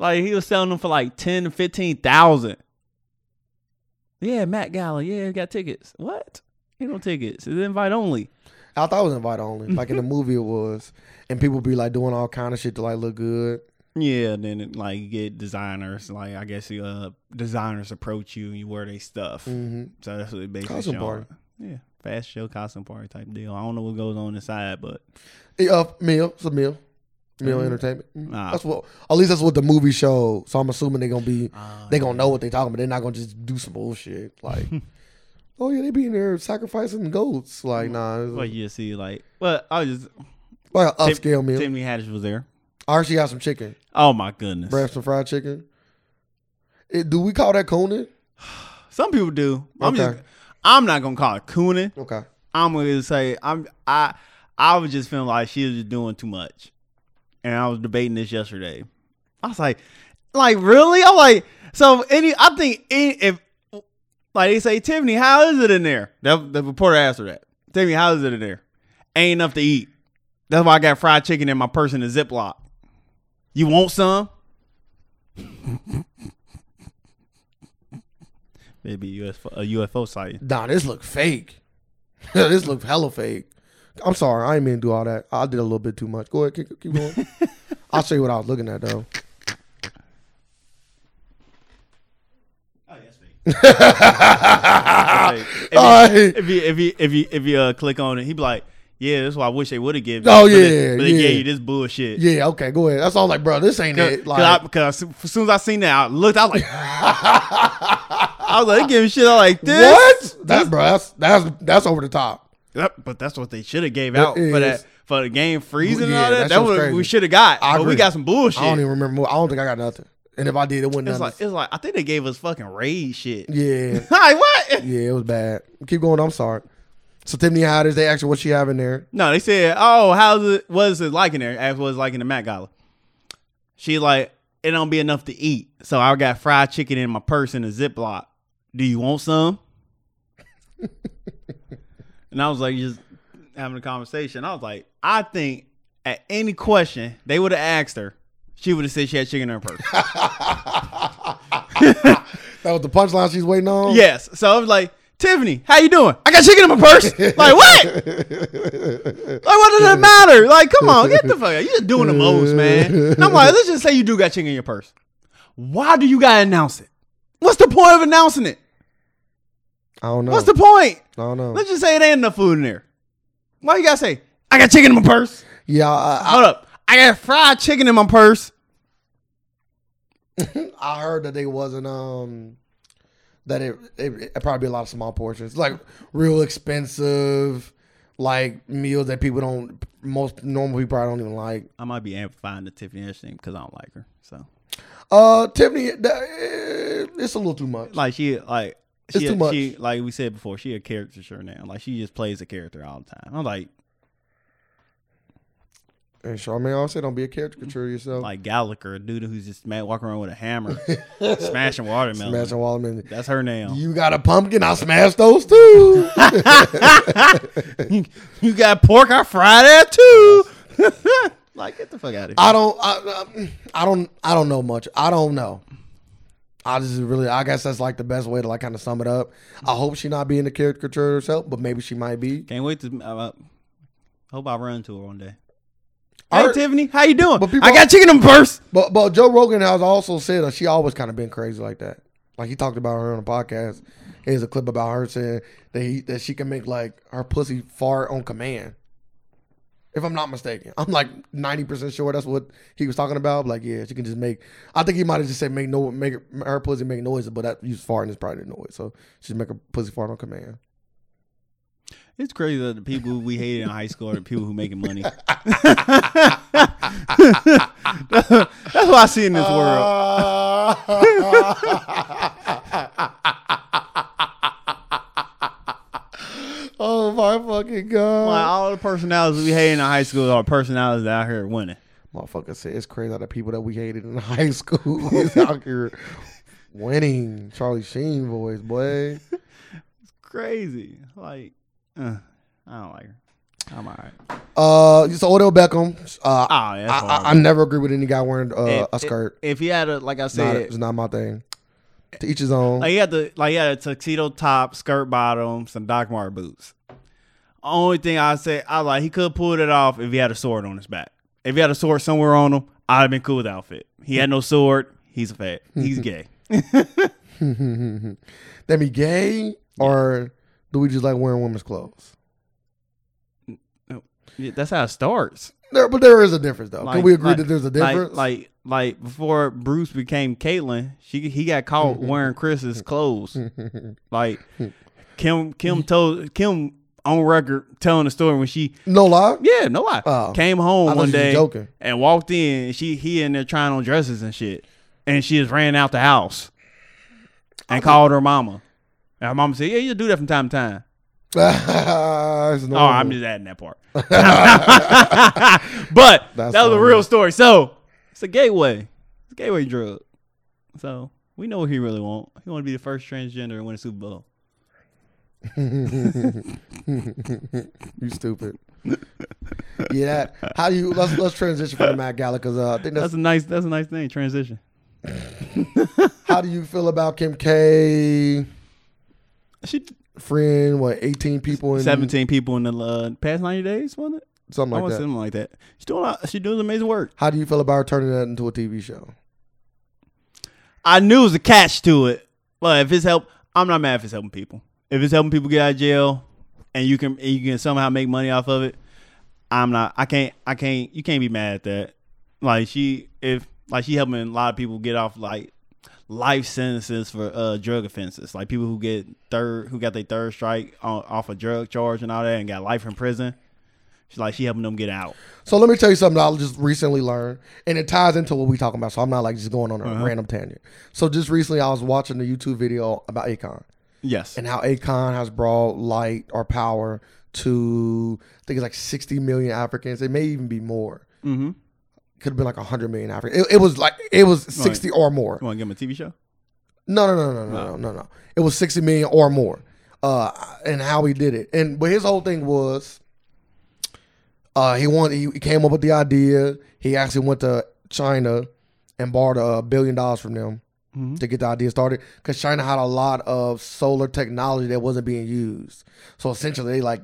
Like he was selling them for like ten to fifteen thousand. Yeah, Matt Gala. Yeah, he got tickets. What? Ain't no tickets. It's invite only.
I thought it was invite only, like in the movie it was, and people be like doing all kind of shit to like look good.
Yeah, and then like you get designers. Like I guess uh designers approach you and you wear their stuff.
hmm
So that's what it basically
Costume
showing.
party.
Yeah, fast show costume party type deal. I don't know what goes on inside, but
Uh, meal, it's a meal, meal
Mhm.
entertainment. Mhm.
Nah.
That's what, at least that's what the movie showed. So I'm assuming they're gonna be,
Ah,
they gonna know what they talking about. They're not gonna just do some bullshit
(laughs)
like, oh yeah, they be in there sacrificing goats. Like nah, it's
Mm. Well, you just see like, well, I was just
like an upscale meal.
Tiffany Haddish was there.
I actually got some chicken,
Oh my goodness!
Brad some fried chicken. Eh, do we call that Conan?
Some people do. I'm
Okay.
just, I'm not gonna call it cooning.
Okay.
I'm gonna say I'm I I was just feeling like she was just doing too much, and I was debating this yesterday. I was like, like really? I'm like, so any? I think any, if Like they say, Tiffany, how is it in there? That, the reporter asked her that. Tiffany, how is it in there? Ain't enough to eat. That's why I got fried chicken in my purse in a Ziploc. You want some? (laughs) Maybe UFO, a UFO sighting.
Nah, this look fake. (laughs) this look hella fake. I'm sorry, I ain't mean to do all that. I did a little bit too much. Go ahead, keep, keep going. I'll show you what I was looking at though.
Oh, yes, me. if, you,
Alright.
if you if you if you if you uh, click on it, he'd be like, "Yeah, that's why I wish they would have given."
Oh,
you, but they,
yeah,
but they
yeah.
gave you this bullshit.
Yeah, okay, go ahead. That's all. Like, bro, this ain't it. Like,
Because as soon as I seen that, I looked. I was like, (laughs) I was like, they giving shit out like this.
what? That's bro. That's that's that's over the top.
Yep, but that's what they should have gave
That
out for
is-
that for the game freezing and
Yeah,
all that.
that
That
shit's
what
crazy.
we should have got.
I
but we
agree.
got some bullshit.
I don't even remember. More. I don't think I got nothing. And if I did, it
it's
wasn't
like
nothing.
it's like I think they gave us fucking raid shit.
yeah,
(laughs) like what?
yeah, it was bad. Keep going. I'm sorry. So Tiffany Hodges, they asked her what she have in there.
No, they said, "Oh, how's it? What is it like in there?" Asked what it's like in the Mac Gala. She like it don't be enough to eat, so I got fried chicken in my purse in a Ziploc. Do you want some? and I was like, just having a conversation. I was like, I think at any question they would have asked her, she would have said she had chicken in her purse.
That was the punchline she's waiting on.
yes. So I was like, Tiffany, how you doing? I got chicken in my purse. like what? Like what does it matter? Like come on,
(laughs)
get the fuck out. You just doing the most, man. And I'm like, let's just say you do got chicken in your purse. Why do you gotta announce it? What's the point of announcing it?
(laughs) I don't know.
What's the point?
I don't know.
Let's just say it ain't enough food in there. Why you gotta say I got chicken in my purse?
Yeah, I,
Hold up, I got fried chicken in my purse.
I, I heard that they wasn't um that it, it it probably a lot of small portions, like real expensive, like meals that people don't most normal people probably don't even like.
I might be amplifying the Tiffany Ash thing because I don't like her. So
Uh, Tiffany, that, eh, it's a little too much.
like she like
It's
she,
too much.
she like we said before she a character sure now like she just plays a character all the time. I'm like
And Charmaine also said, don't be a caricature of yourself.
like Gallagher, a dude who's just mad, walking around with a
(laughs)
hammer, smashing watermelon.
Smashing watermelon.
That's her name.
You got a pumpkin? I smash those too.
(laughs) You, got pork? I fried that too. (laughs) like get the fuck out of here.
I don't. I, I don't. I don't know much. I don't know. I just really. I guess that's like the best way to like kind of sum it up. I hope she not being a caricature herself, but maybe she might be.
Can't wait to. Uh, hope I run into her one day. Hey
Or-
Tiffany, how you doing?
But people-
I got chicken in my purse.
But but Joe Rogan has also said that she always kind of been crazy like that. Like he talked about her on a podcast. Here's a clip about her saying that he, that she can make like her pussy fart on command. If I'm not mistaken, I'm like 90 percent sure that's what he was talking about. Like yeah, she can just make. I think he might have just said make no make her pussy make noises, but that use farting is probably the noise. So she make her pussy fart on command.
It's crazy that the people we hated in high school are the people who making
(laughs)
money. That's what I see in this world.
Uh, (laughs) oh my fucking god!
Like, all the personalities we hated in high school are personalities out here winning.
Motherfucker said it's crazy how the people that we hated in (laughs) high school is out here winning. Charlie Sheen voice, boy.
(laughs) crazy. Like, uh, I don't like her. I'm all right.
Uh, so Odell Beckham. Uh,
Oh,
I,
yeah, that's
I, I
horrible.
never agree with any guy wearing uh,
If-
a skirt.
If he had a, like I said,
Not, it's not my thing. To each his own. (laughs)
like he had the, like he had a tuxedo top, skirt bottom, some Doc Mart boots. Only thing I say, I like he could pull it off if he had a sword on his back. If he had a sword somewhere on him, I'd have been cool with the outfit. He had no sword. He's a fat. He's
(laughs)
gay.
they be gay or do we just like wearing women's clothes?
Yeah, That's how it starts.
There, but there is a difference though. Can
Like-
we agree
like-
that there's a
like-
difference?
Like, like, before Bruce became Caitlyn, she he got caught
Mm-hmm.
wearing Chris's clothes. like
Hmm.
Kim
Mm-hmm.
Kim told Kim on record telling the story when she
(laughs) no lie.
yeah no lie
Oh.
came
I
home
thought
one
she was
day
joking.
and walked in. And she he in there trying on dresses and shit, and she just ran out the house and called her mama. And her mama said, "Yeah, you do that from time to time."
(laughs) It's
Oh, I'm
normal.
just adding that
(laughs)
part. but
That's
that was a
funny.
real story. So it's a gateway. It's a gateway drug. So We know what he really want. He want to be the first transgender and win a Super Bowl.
you stupid. (laughs) yeah, that, how do you let's let's transition from the Matt Gala because uh, I think
That's
that's
a nice. That's a nice thing. Transition.
how do you feel about Kim K?
She
Friend, what eighteen people in
seventeen people in the uh, past ninety days, wasn't it? I
something
want
like that.
something like that. She doing. a lot- She doing amazing work.
How do you feel about her turning that into a TV show?
I knew it was a catch to it. But if it's help, I'm not mad if it's helping people. If it's helping people get out of jail, and you can and you can somehow make money off of it, I'm not. I can't. I can't. You can't be mad at that. Like she, if like she helping a lot of people get off like life sentences for uh drug offenses, like people who get third who got their third strike on, off a drug charge and all that, and got life in prison. She's like she helping them get out.
So let me tell you something that I just recently learned, and it ties into what we talking about. So I'm not like just going on a
Uh-huh.
random tangent. So just recently, I was watching a YouTube video about Akon
Yes.
and how Akon has brought light or power to I think it's like 60 million Africans. It may even be more.
Mm-hmm.
Could have been like 100 million Africans. It, it was like it was 60 or more.
You want to give him a TV show?
No, no, no, no, no, no, no, no. It was sixty million or more, uh, and how he did it. And but his whole thing was, uh, he wanted he came up with the idea. He actually went to China and borrowed a billion dollars from them to get the idea started because China had a lot of solar technology that wasn't being used. So essentially, they like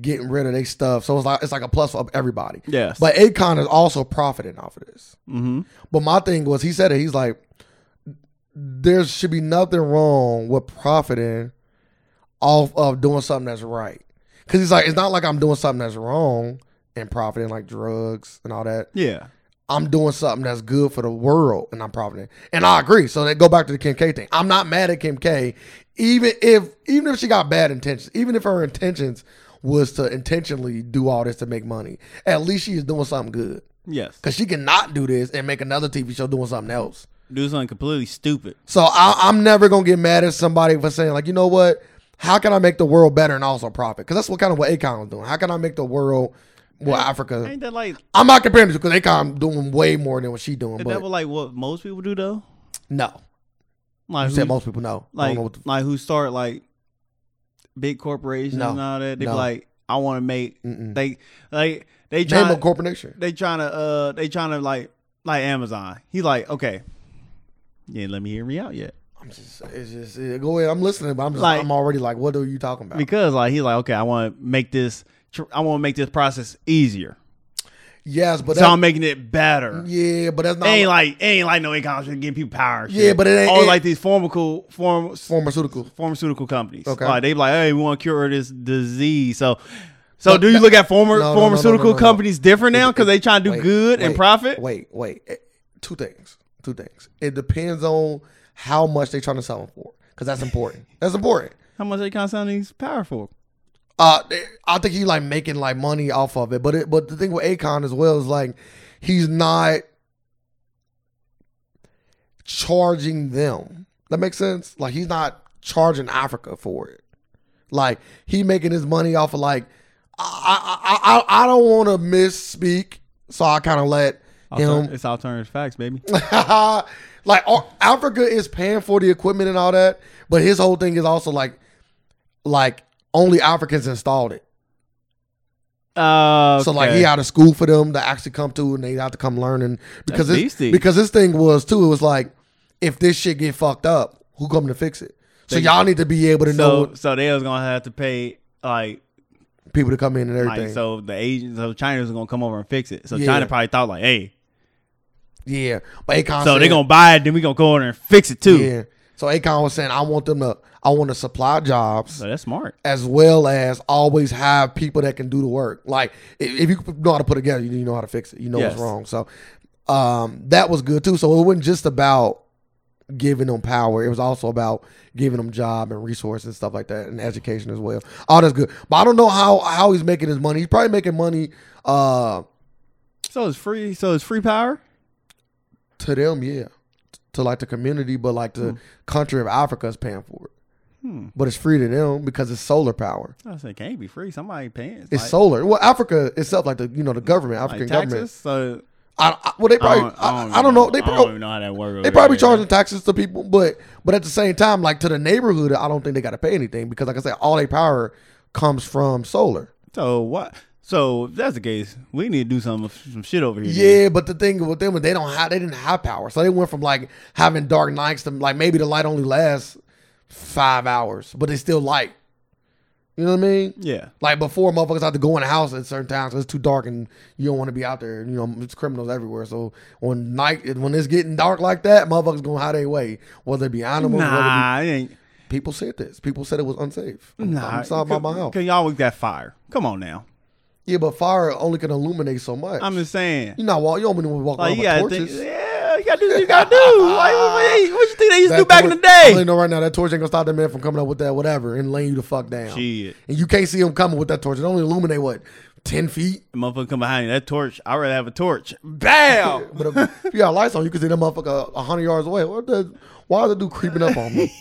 getting rid of their stuff. So it's like it's like a plus for everybody.
Yes.
But Akon is also profiting off of this.
Mm-hmm.
But my thing was, he said it. He's like, there should be nothing wrong with profiting off of doing something that's right. Because he's like, it's not like I'm doing something that's wrong and profiting like drugs and all that.
Yeah.
I'm doing something that's good for the world and I'm profiting. And I agree. So they go back to the Kim K thing. I'm not mad at Kim K, even if even if she got bad intentions, even if her intentions was to intentionally do all this to make money. At least she is doing something good.
Yes.
Cause she cannot do this and make another TV show doing something else.
Do something completely stupid.
So I, I'm never gonna get mad at somebody for saying like, you know what? How can I make the world better and also profit? Because that's what kind of what Akon was doing. How can I make the world, well, Africa?
Ain't that like
I'm not comparing it because Akon doing way more than what she doing.
Is
But
that what like what most people do though?
no,
Like
you said
who-
most people know. I don't
like
know what the,
like who start like big corporations
No.
and all that. They be
No.
like, I want to make
Mm-mm.
they like they
name
trying
of corporation.
they trying to uh they trying to like like Amazon. He like okay, yeah, let me hear me out yet
I'm just, it's just it, go ahead. I'm listening, but I'm just,
Like-
I'm already like, what are you talking about?
because like he's like okay, I want to make this tr- I want to make this process easier,
yes, but
so
that-
I'm making it better.
yeah, but that's
It
not
ain't like it ain't like no economics to give people power. and
Yeah,
shit.
but it ain't-
all
it-
like these formical form
pharmaceutical.
pharmaceutical companies.
Okay.
Like, they be like, hey, we want to cure this disease. So, so
But
do you
that-
look at former
No, no, no, no,
pharmaceutical
no, no.
companies different now because they trying to do
Wait,
good and
wait,
profit?
Wait, wait. Eh, Two things. Two things. It depends on how much they're trying to sell them for, because that's important. that's important.
How much they kind of sound these powerful?
Uh, they- I think he like making like money off of it, but it, but the thing with Akon as well is like he's not charging them. That makes sense. Like he's not charging Africa for it. Like he making his money off of like I I I, I- I don't want to misspeak, so I kind of let
Alter-
him.
it's alternative facts,
(laughs)
baby.
like Al- Africa is paying for the equipment and all that, but his whole thing is also like, like only Africans installed it.
Uh,
So like he out of school for them to actually come to, and they have to come learn. And because
That's
this,
beastie.
because this thing was too, it was like, if this shit get fucked up, who come to fix it? So y'all need to be able to know
so so they was gonna have to pay like
people to come in and everything.
like so the Asians so China's gonna come over and fix it. So
Yeah.
China probably thought like, hey,
yeah, but Akon
so
said-
they gonna buy it, then we gonna go over there and fix it too.
yeah. So Akon was saying, I want them to, I want to supply jobs.
So that's smart.
as well as always have people that can do the work. Like if, if you know how to put it together, you know how to fix it. You know
Yes.
what's wrong. So um, that was good too. So it wasn't just about giving them power. It was also about giving them job and resources and stuff like that and education as well. All that's good. But I don't know how how he's making his money. He's probably making money uh,
So it's free. So it's free power.
to them, yeah, to like the community, but like the country of Africa is paying for it.
Hmm.
But it's free to them because it's solar power.
I said it can't be free. Somebody paying.
It's
like-
solar. Well, Africa itself, like the you know the government,
like
African
taxes.
government.
So
I, I well they probably I, I, don't, know. They
I don't
probably,
even know how that works.
they probably charging taxes to people, but but at the same time, like to the neighborhood, I don't think they got to pay anything because, like I said, all their power comes from solar.
So what? So if that's the case, we need to do some some shit over here. then.
Yeah, but the thing with them, they don't have they didn't have power, so they went from like having dark nights to like maybe the light only lasts five hours, but they still light. You know what I mean?
Yeah.
Like before, motherfuckers had to go in the house at certain times 'cause it's too dark and you don't want to be out there. You know, it's criminals everywhere. So when night, when it's getting dark like that, motherfuckers going out their way, whether it be animals. Whether it
Nah, it ain't.
be, people said this. People said it was unsafe. I'm-
Nah,
I'm sorry about my house.
Cause y'all always got fire. Come on now.
Yeah, but fire only can illuminate so much.
I'm just saying.
you not walk. You don't want to walk
Like
around
you
with
gotta
torches.
think. Yeah, you gotta do. What you
(laughs)
gotta do. Like, what, what- what you think they used to do
That
back in
torch-
the
I really
day?
know right now that torch ain't gonna stop that man from coming up with that whatever and laying you the fuck down.
Shit,
And you can't see him coming with that torch. It only illuminate what ten feet.
motherfucker, come behind you. That torch. I rather have a torch. Bam.
(laughs) But if, if you got lights on, you can see that motherfucker a hundred yards away. What the? Why is the dude creeping up
(laughs)
on me?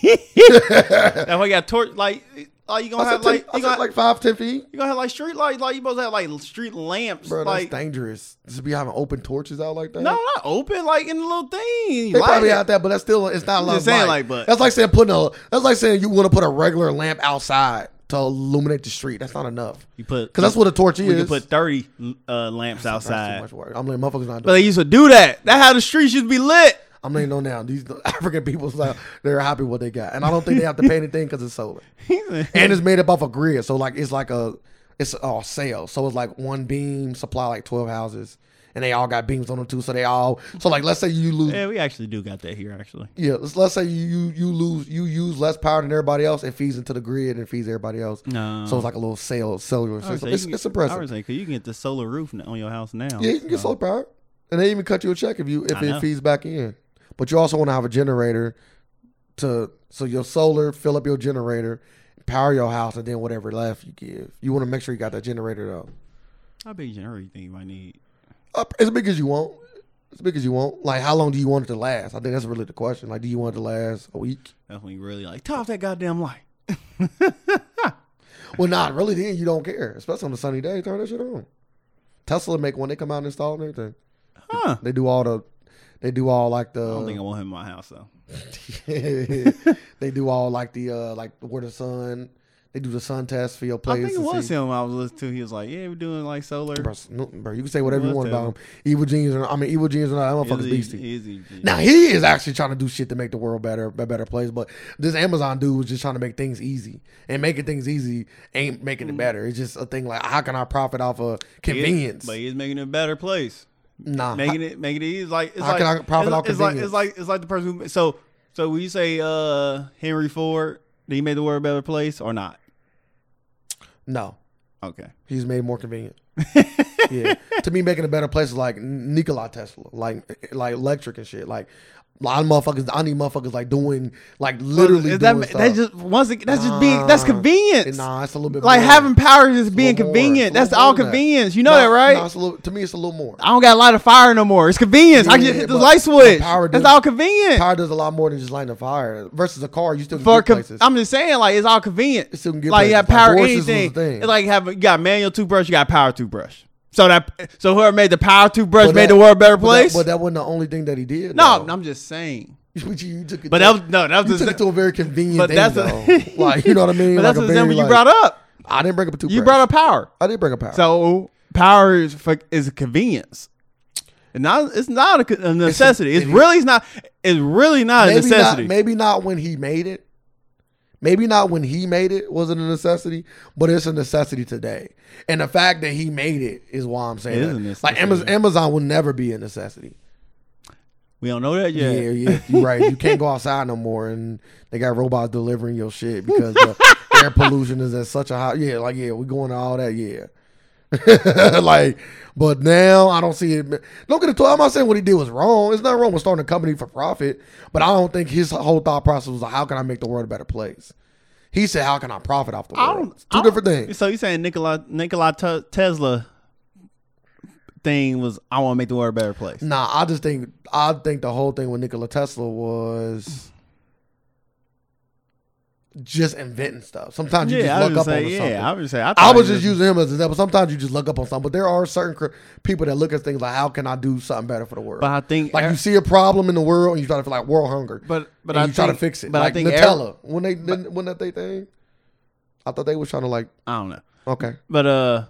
That's why you got torch. Like, like you gonna
I said,
have like
ten, I
you
said
gonna,
like five, ten feet.
you gonna have like street lights. Like you supposed to have like street lamps.
Bro,
like
that's dangerous. Just be having open torches out like that.
no, not open. Like in the little thing.
They
Light
probably
it.
out there, but that's still it's not a lot
just
of
saying, like,
light.
but-
that's like saying putting a that's like saying you want to put a regular lamp outside to illuminate the street. That's not enough
You put
because that's what a torch
we
is.
can put thirty uh, lamps
That's too
outside.
much work. I'm letting motherfuckers not do
But they used to do that. That's how the streets used to be lit. (laughs)
I'm letting you know now. These (laughs) African people's like they're happy with what they got, and I don't think they have to pay anything because it's solar, and it's made up off a grid. So like it's like a it's a sale. So it's like one beam supply like twelve houses, and they all got beams on them too. So they all so like let's say you lose
(laughs)
yeah,
yeah, we actually do got that here. Actually,
let's, let's say you, you you lose you use less power than everybody else, it feeds into the grid and feeds everybody else.
no.
So it's like a little sale cellular
I would
system.
say
It's,
you can
it's
get- I
impressive.
would say because you can get the solar roof n- on your house now.
Yeah, you can get
so.
solar power, and they even cut you a check if you if
I
it
know.
feeds back in. But you also want to have a generator to so your solar fill up your generator, power your house, and then whatever left you give. You want to make sure you got that generator up,
How big is your generator you think you might need?
up as big as you want, as big as you want. Like how long do you want it to last? I think that's really the question. Like, do you want it to last a week?
That's when you really like turn off that goddamn light.
Well, not really. Then you don't care, especially on a sunny day. Turn that shit on. Tesla make one. They come out and install and everything.
Huh?
They do all the, they do all like the.
I don't think I want him in my house though.
(laughs) they do all like the uh like where the sun they do the sun test for your
I
players.
think it
to
was
see.
him I was listening to. He was like, "Yeah, we're doing like solar."
Bro, s- no, bro, you can say whatever you
was
want
him.
about him. Evil genius or not. I mean evil genius or not, that
It was e-
motherfucker's
easy-
beastie.
easy.
Now he is actually trying to do shit to make the world better, a better place. But this Amazon dude was just trying to make things easy, and making things easy ain't making
Mm.
it better. It's just a thing like how can I profit off of
He is-
convenience?
but he's making it a better place.
nah,
(laughs) making it making it easy. Like it's
How
like
can I profit
it's,
off
it's like
convenience?
it's like it's like the person who so so when you say uh Henry Ford, did he make the world a better place or not?
no,
Okay.
He's made
(laughs)
more convenient. yeah. To me, making a better place is like Nikola Tesla, like like electric and shit. Like a lot of motherfuckers, I need motherfuckers like doing like literally
Is
doing
that
stuff.
that's just once again that's just being that's
Nah.
convenience.
nah, it's a little bit
like
more.
having power is just being
little more.
convenient.
It's a
That's
little
all
more than that.
convenience. You know
Nah,
that, right?
nah, it's a little, to me, it's a little more.
I don't got a light of fire no more. It's convenience. I
Yeah,
just hit the
but-
light
but
switch.
power
That's
does-
all convenient.
Power does a lot more than just lighting a fire. Versus a car, you still can
For
get
con-
places.
I'm just saying, like it's all convenient.
It's still can get
like you got
places. Like,
power
Boris's was the
anything.
thing.
It's like have you got manual toothbrush, you got power toothbrush. So that so whoever made the power toothbrush
But
made the
that-
world a better
but that-
place.
But that, wasn't the only thing that he did.
no,
though.
I'm just saying.
But (laughs) you, you took it.
But
to,
that was no, that
you
was
took it
just,
to a very convenient
but
thing.
that's (laughs)
though.
a,
like you know what I mean.
But
like
that's
a
the
very,
example you
like-
brought up.
I didn't bring up a toothbrush.
You brought up power.
I did bring up power.
So power is for, is a convenience. And not, it's not a, co- a necessity. It's, really not. It's really not a
maybe
necessity.
Not, maybe not when he made it. Maybe not when he made it wasn't a necessity, but it's a necessity today. And the fact that he made it is why I'm saying
It is
that.
a
like Amazon,
necessity.
Amazon will never be a necessity.
we don't know that
Yeah,
yet.
yeah, you're right. You can't go outside no more, and they got robots delivering your shit because
(laughs)
uh, air pollution is at such a high. Yeah, like yeah, we going to all that. Yeah. (laughs) like, but now I don't see it. Don't get it. twisted. I'm not saying what he did was wrong. It's not wrong with starting a company for profit, but I don't think his whole thought process was how can I make the world a better place. He said, "How can I profit off the
I
world?"
don't-
It's Two
I don't-
different things.
So you saying Nikola Nikola Te- Tesla thing was I want to make the world a better place.
Nah, I just think I think the whole thing with Nikola Tesla was just inventing stuff. Sometimes you
yeah, I
just
was
look up
just
on
saying,
something.
yeah, I was just saying.
I
thought
was
it
just using him as an example. Sometimes you just look up on something, but there are certain cr- people that look at things like, "How can I do something better for the world?"
But I think,
like you see a problem in the world, and you try to feel like world hunger,
but but
and
I
you try to
think-
fix it.
But
like
I think every-
Nutella when they didn't when that they thing, I thought they was trying to like
I don't know.
okay,
But uh,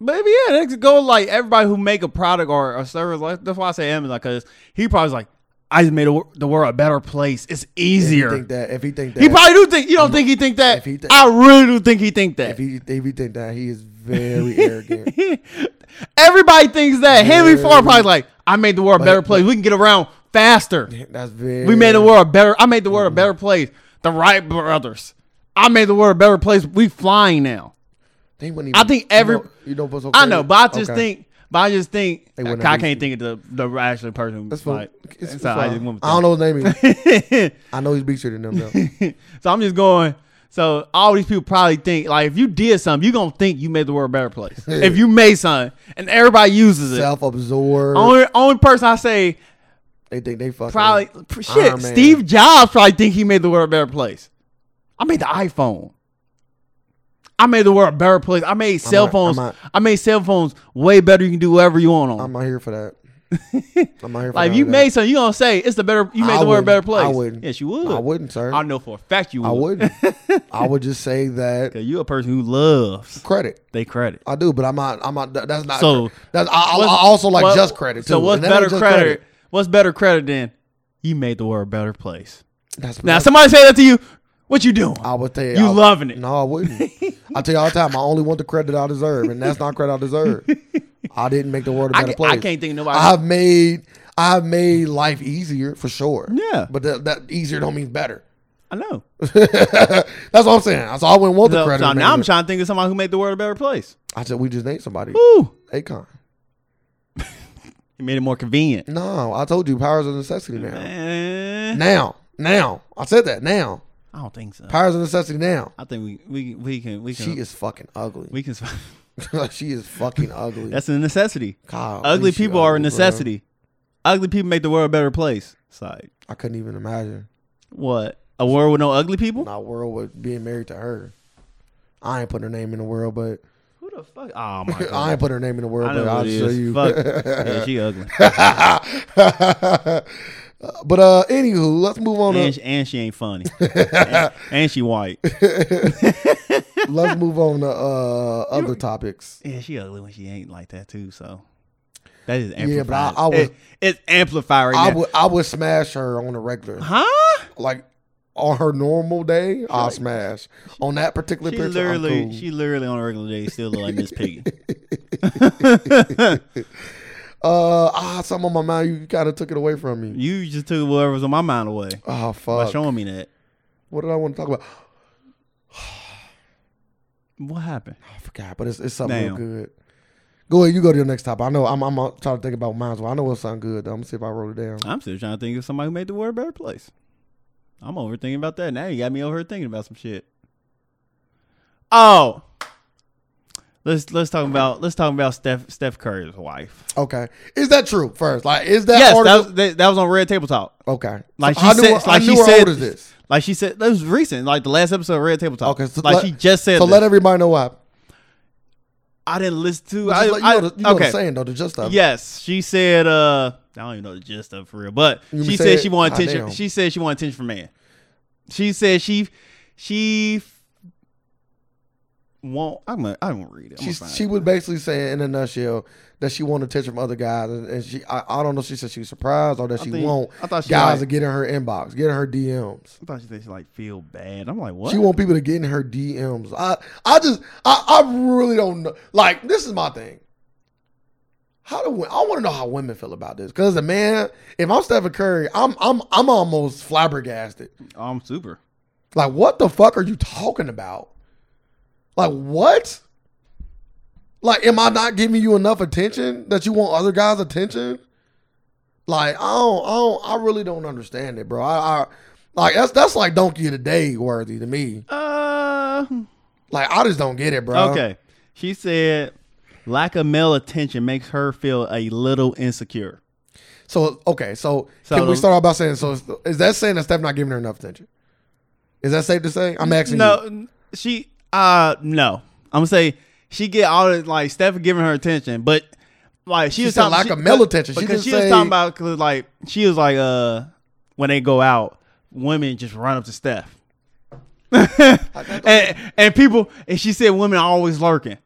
maybe yeah, that could go like everybody who make a product or a service. Like that's why I say Amazon because he probably's like, I just made a, wor- the world a better place. It's
If he
easier.
think that if he think that
He probably do think you don't think he think that.
If he think-
I really do think he think
if
that.
he if he think that he is very
(laughs)
arrogant.
Everybody thinks that. Henry
Yeah.
Ford probably like, I made the world a better place. we can get around faster.
That's very.
We made the world a better. I made the
Mm-hmm.
world a better place. The Wright brothers. I made the world a better place. We flying now.
They wouldn't
I
even-
think
you know-
every-
you know what's so
I know,
crazy?
but I just
Okay.
think, but I just think, I,
wouldn't
I
have
can't think of the the actual person.
That's what,
like,
it's, it's
so I
fine.
just went with
I don't know his name. Either.
(laughs) that.
I know he's beacher than them though.
(laughs) so I'm just going. So all these people probably think like if you did something, you gonna think you made the world a better
(laughs)
place. if you made something and everybody uses it.
Self-absorbed.
Only only person I say
they think they fucking
probably shit.
Iron Oh, Man.
Steve Jobs probably think he made the world a better place. I made the iPhone. I made the world a better place. I made cell
not- I'm
phones.
not-
I made cell phones way better. You can do whatever you want on. 'em.
I'm not here for that. I'm not here for
Like
that.
if you made something, you gonna say it's the better. You made
I
the world a better
wouldn't.
place.
I wouldn't.
Yes, you would.
I wouldn't, sir.
I know for a fact you would. (laughs)
I wouldn't. I would just say that
'Cause you a person who loves
credit.
they credit.
I do, but I'm not. I'm not. that- That's not.
So,
that's, I, I, I
what's-
also like
what-
just credit too.
So what's
and that ain't
better
just
credit, What's better credit than you made the world a better place?
That's
Now
that's-
somebody say that to you. What you doing?
I would tell you,
You
I-
loving it.
No, I wouldn't. I tell you all the time, I only want the credit I deserve, and that's not credit
(laughs)
I deserve. I didn't make the world a
I
better
ca- I
place.
can't think of nobody-
I've made, I've made life easier for sure.
Yeah.
but that, that easier don't mean better.
I know.
That's what I'm saying. So I wouldn't want the
So,
credit.
so now I'm
man.
trying to think of somebody who made the world a better place.
I said we just named somebody.
Ooh,
Akon.
it made it more convenient.
No, I told you, powers of necessity now.
Eh,
Now, now, I said that now.
I don't think so.
Powers of necessity now.
I think we we we can we
She
can
is fucking ugly.
we can.
(laughs) she is fucking ugly.
That's a necessity.
God,
ugly
she
people are a
ugly, oh, bro.
necessity. Ugly people make the world a better place. It's like
I couldn't even imagine.
what? A world with no ugly people?
my world was being married to her. I ain't put her name in the world, but
Who the fuck? Oh
(laughs)
my god!
I ain't put her name in the world,
I
but
know
I'll
who it
show
is.
(laughs) you.
Fuck. yeah, she
(laughs)
ugly,
but uh, anywho, let's move on.
and
To,
she, and she ain't
(laughs)
funny, and, and she white.
let's move on to uh other topics.
Yeah, she ugly when she ain't like that too. So that is amplified.
Yeah, but I- I was-
It- it's amplified right
I
now.
would I would smash her on the regular,
huh?
like on her normal day. I'll smash on that particular
She
picture.
literally,
I'm cool.
she literally on a regular day still look like Miss Piggy.
uh, ah, something on my mind. You kind of took it away from me.
you just took whatever was on my mind away by
Oh fuck!
showing me that.
What did I want to talk about?
What happened?
I forgot, but it's, it's something real
Damn.
good. Go ahead, you go to your next topic. I know I'm, I'm uh, trying to think about mine as well. I know it sound good. Though. I'm gonna see if I wrote it down.
I'm still trying to think of somebody who made the world a better place. I'm overthinking about that. Now you got me over here thinking about some shit. Oh. Let's let's talk about let's talk about Steph Steph Curry's wife.
Okay, is that true? First, like, is that
yes,
article-
that was, that, that was on Red Table Talk.
okay?
Like
So
she
I knew,
said,
I
like
knew
she
how
said,
old is this?
Like she said, that was recent. Like the last episode of Red Table Talk.
Okay, so
like
let-
she just said.
So
this.
let everybody know why.
I didn't listen to.
Just
I,
let- you
I,
know, the, you know
okay.
the saying though, the gist of it.
Yes, she said. uh I don't even know the gist of it for real, but
You
she
said-
said she wanted
Ah,
attention.
damn.
She said she wanted attention from man. She said she she won't. I'm gonna. I won't read it. I'm
She
gonna find
she
it.
was basically saying in a nutshell that she wanted attention from other guys, and, and she I, I don't know. if She said she was surprised or that
I
she
think-
won't.
I thought she
guys
like-
to get in her inbox, get in her DMs.
I thought she said she like feel bad. I'm like what?
She want people to get in her DMs. I I just I, I really don't know. Like this is my thing. How do wo- I want to know how women feel about this? Because a man, if I'm Stephen Curry, I'm I'm I'm almost flabbergasted.
I'm super.
Like what the fuck are you talking about? Like what? Like am I not giving you enough attention that you want other guys' attention? Like I don't I don't I really don't understand it, bro. I, I like that's that's like donkey of the day worthy to me.
Uh.
Like I just don't get it, bro.
Okay. She said lack of male attention makes her feel a little insecure.
So okay, so,
So
can we
the-
start off by saying so? Is, is that saying that Steph not giving her enough attention? Is that safe to say? I'm asking
no,
you.
n- she. Uh, no. I'm gonna say she get all the like Steph giving her attention, but like she,
She
was
said
talking
lack
she-
of male attention. She
Because
didn't
she
say-
was talking about cause like she was like uh when they go out, women just run up to Steph. (laughs) and and people and she said women are always lurking,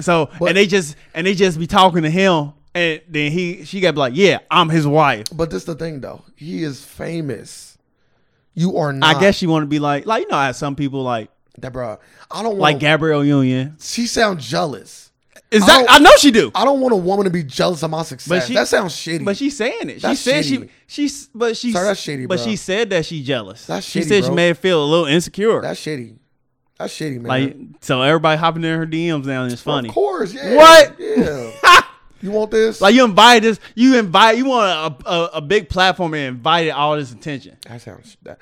so
But-
and they just and they just be talking to him. And then he, she got to be like, "Yeah, I'm his wife."
But this the thing though. He is famous. You are not.
I guess she want to be like, like you know, how some people like,
that, bro. I don't want.
like Gabrielle Union.
she sounds jealous.
Is
Oh. I
that
don't-
I know she do.
I don't want a woman to be jealous of my success.
But she-
that sounds shitty.
But she's saying it. She
That's
said
shitty.
she she but she
Sir, that's shitty,
But
bro.
she said that she jealous.
That's
she
shitty,
said
bro.
she made her feel a little insecure.
That's shitty. That's shitty, man.
like so everybody hopping in her DMs now and it's funny.
Of course, yeah.
What?
Yeah. (laughs) you want
(laughs)
this?
Like you invite this, you invite you want a, a, a big platform and invited all this attention.
that sounds. That,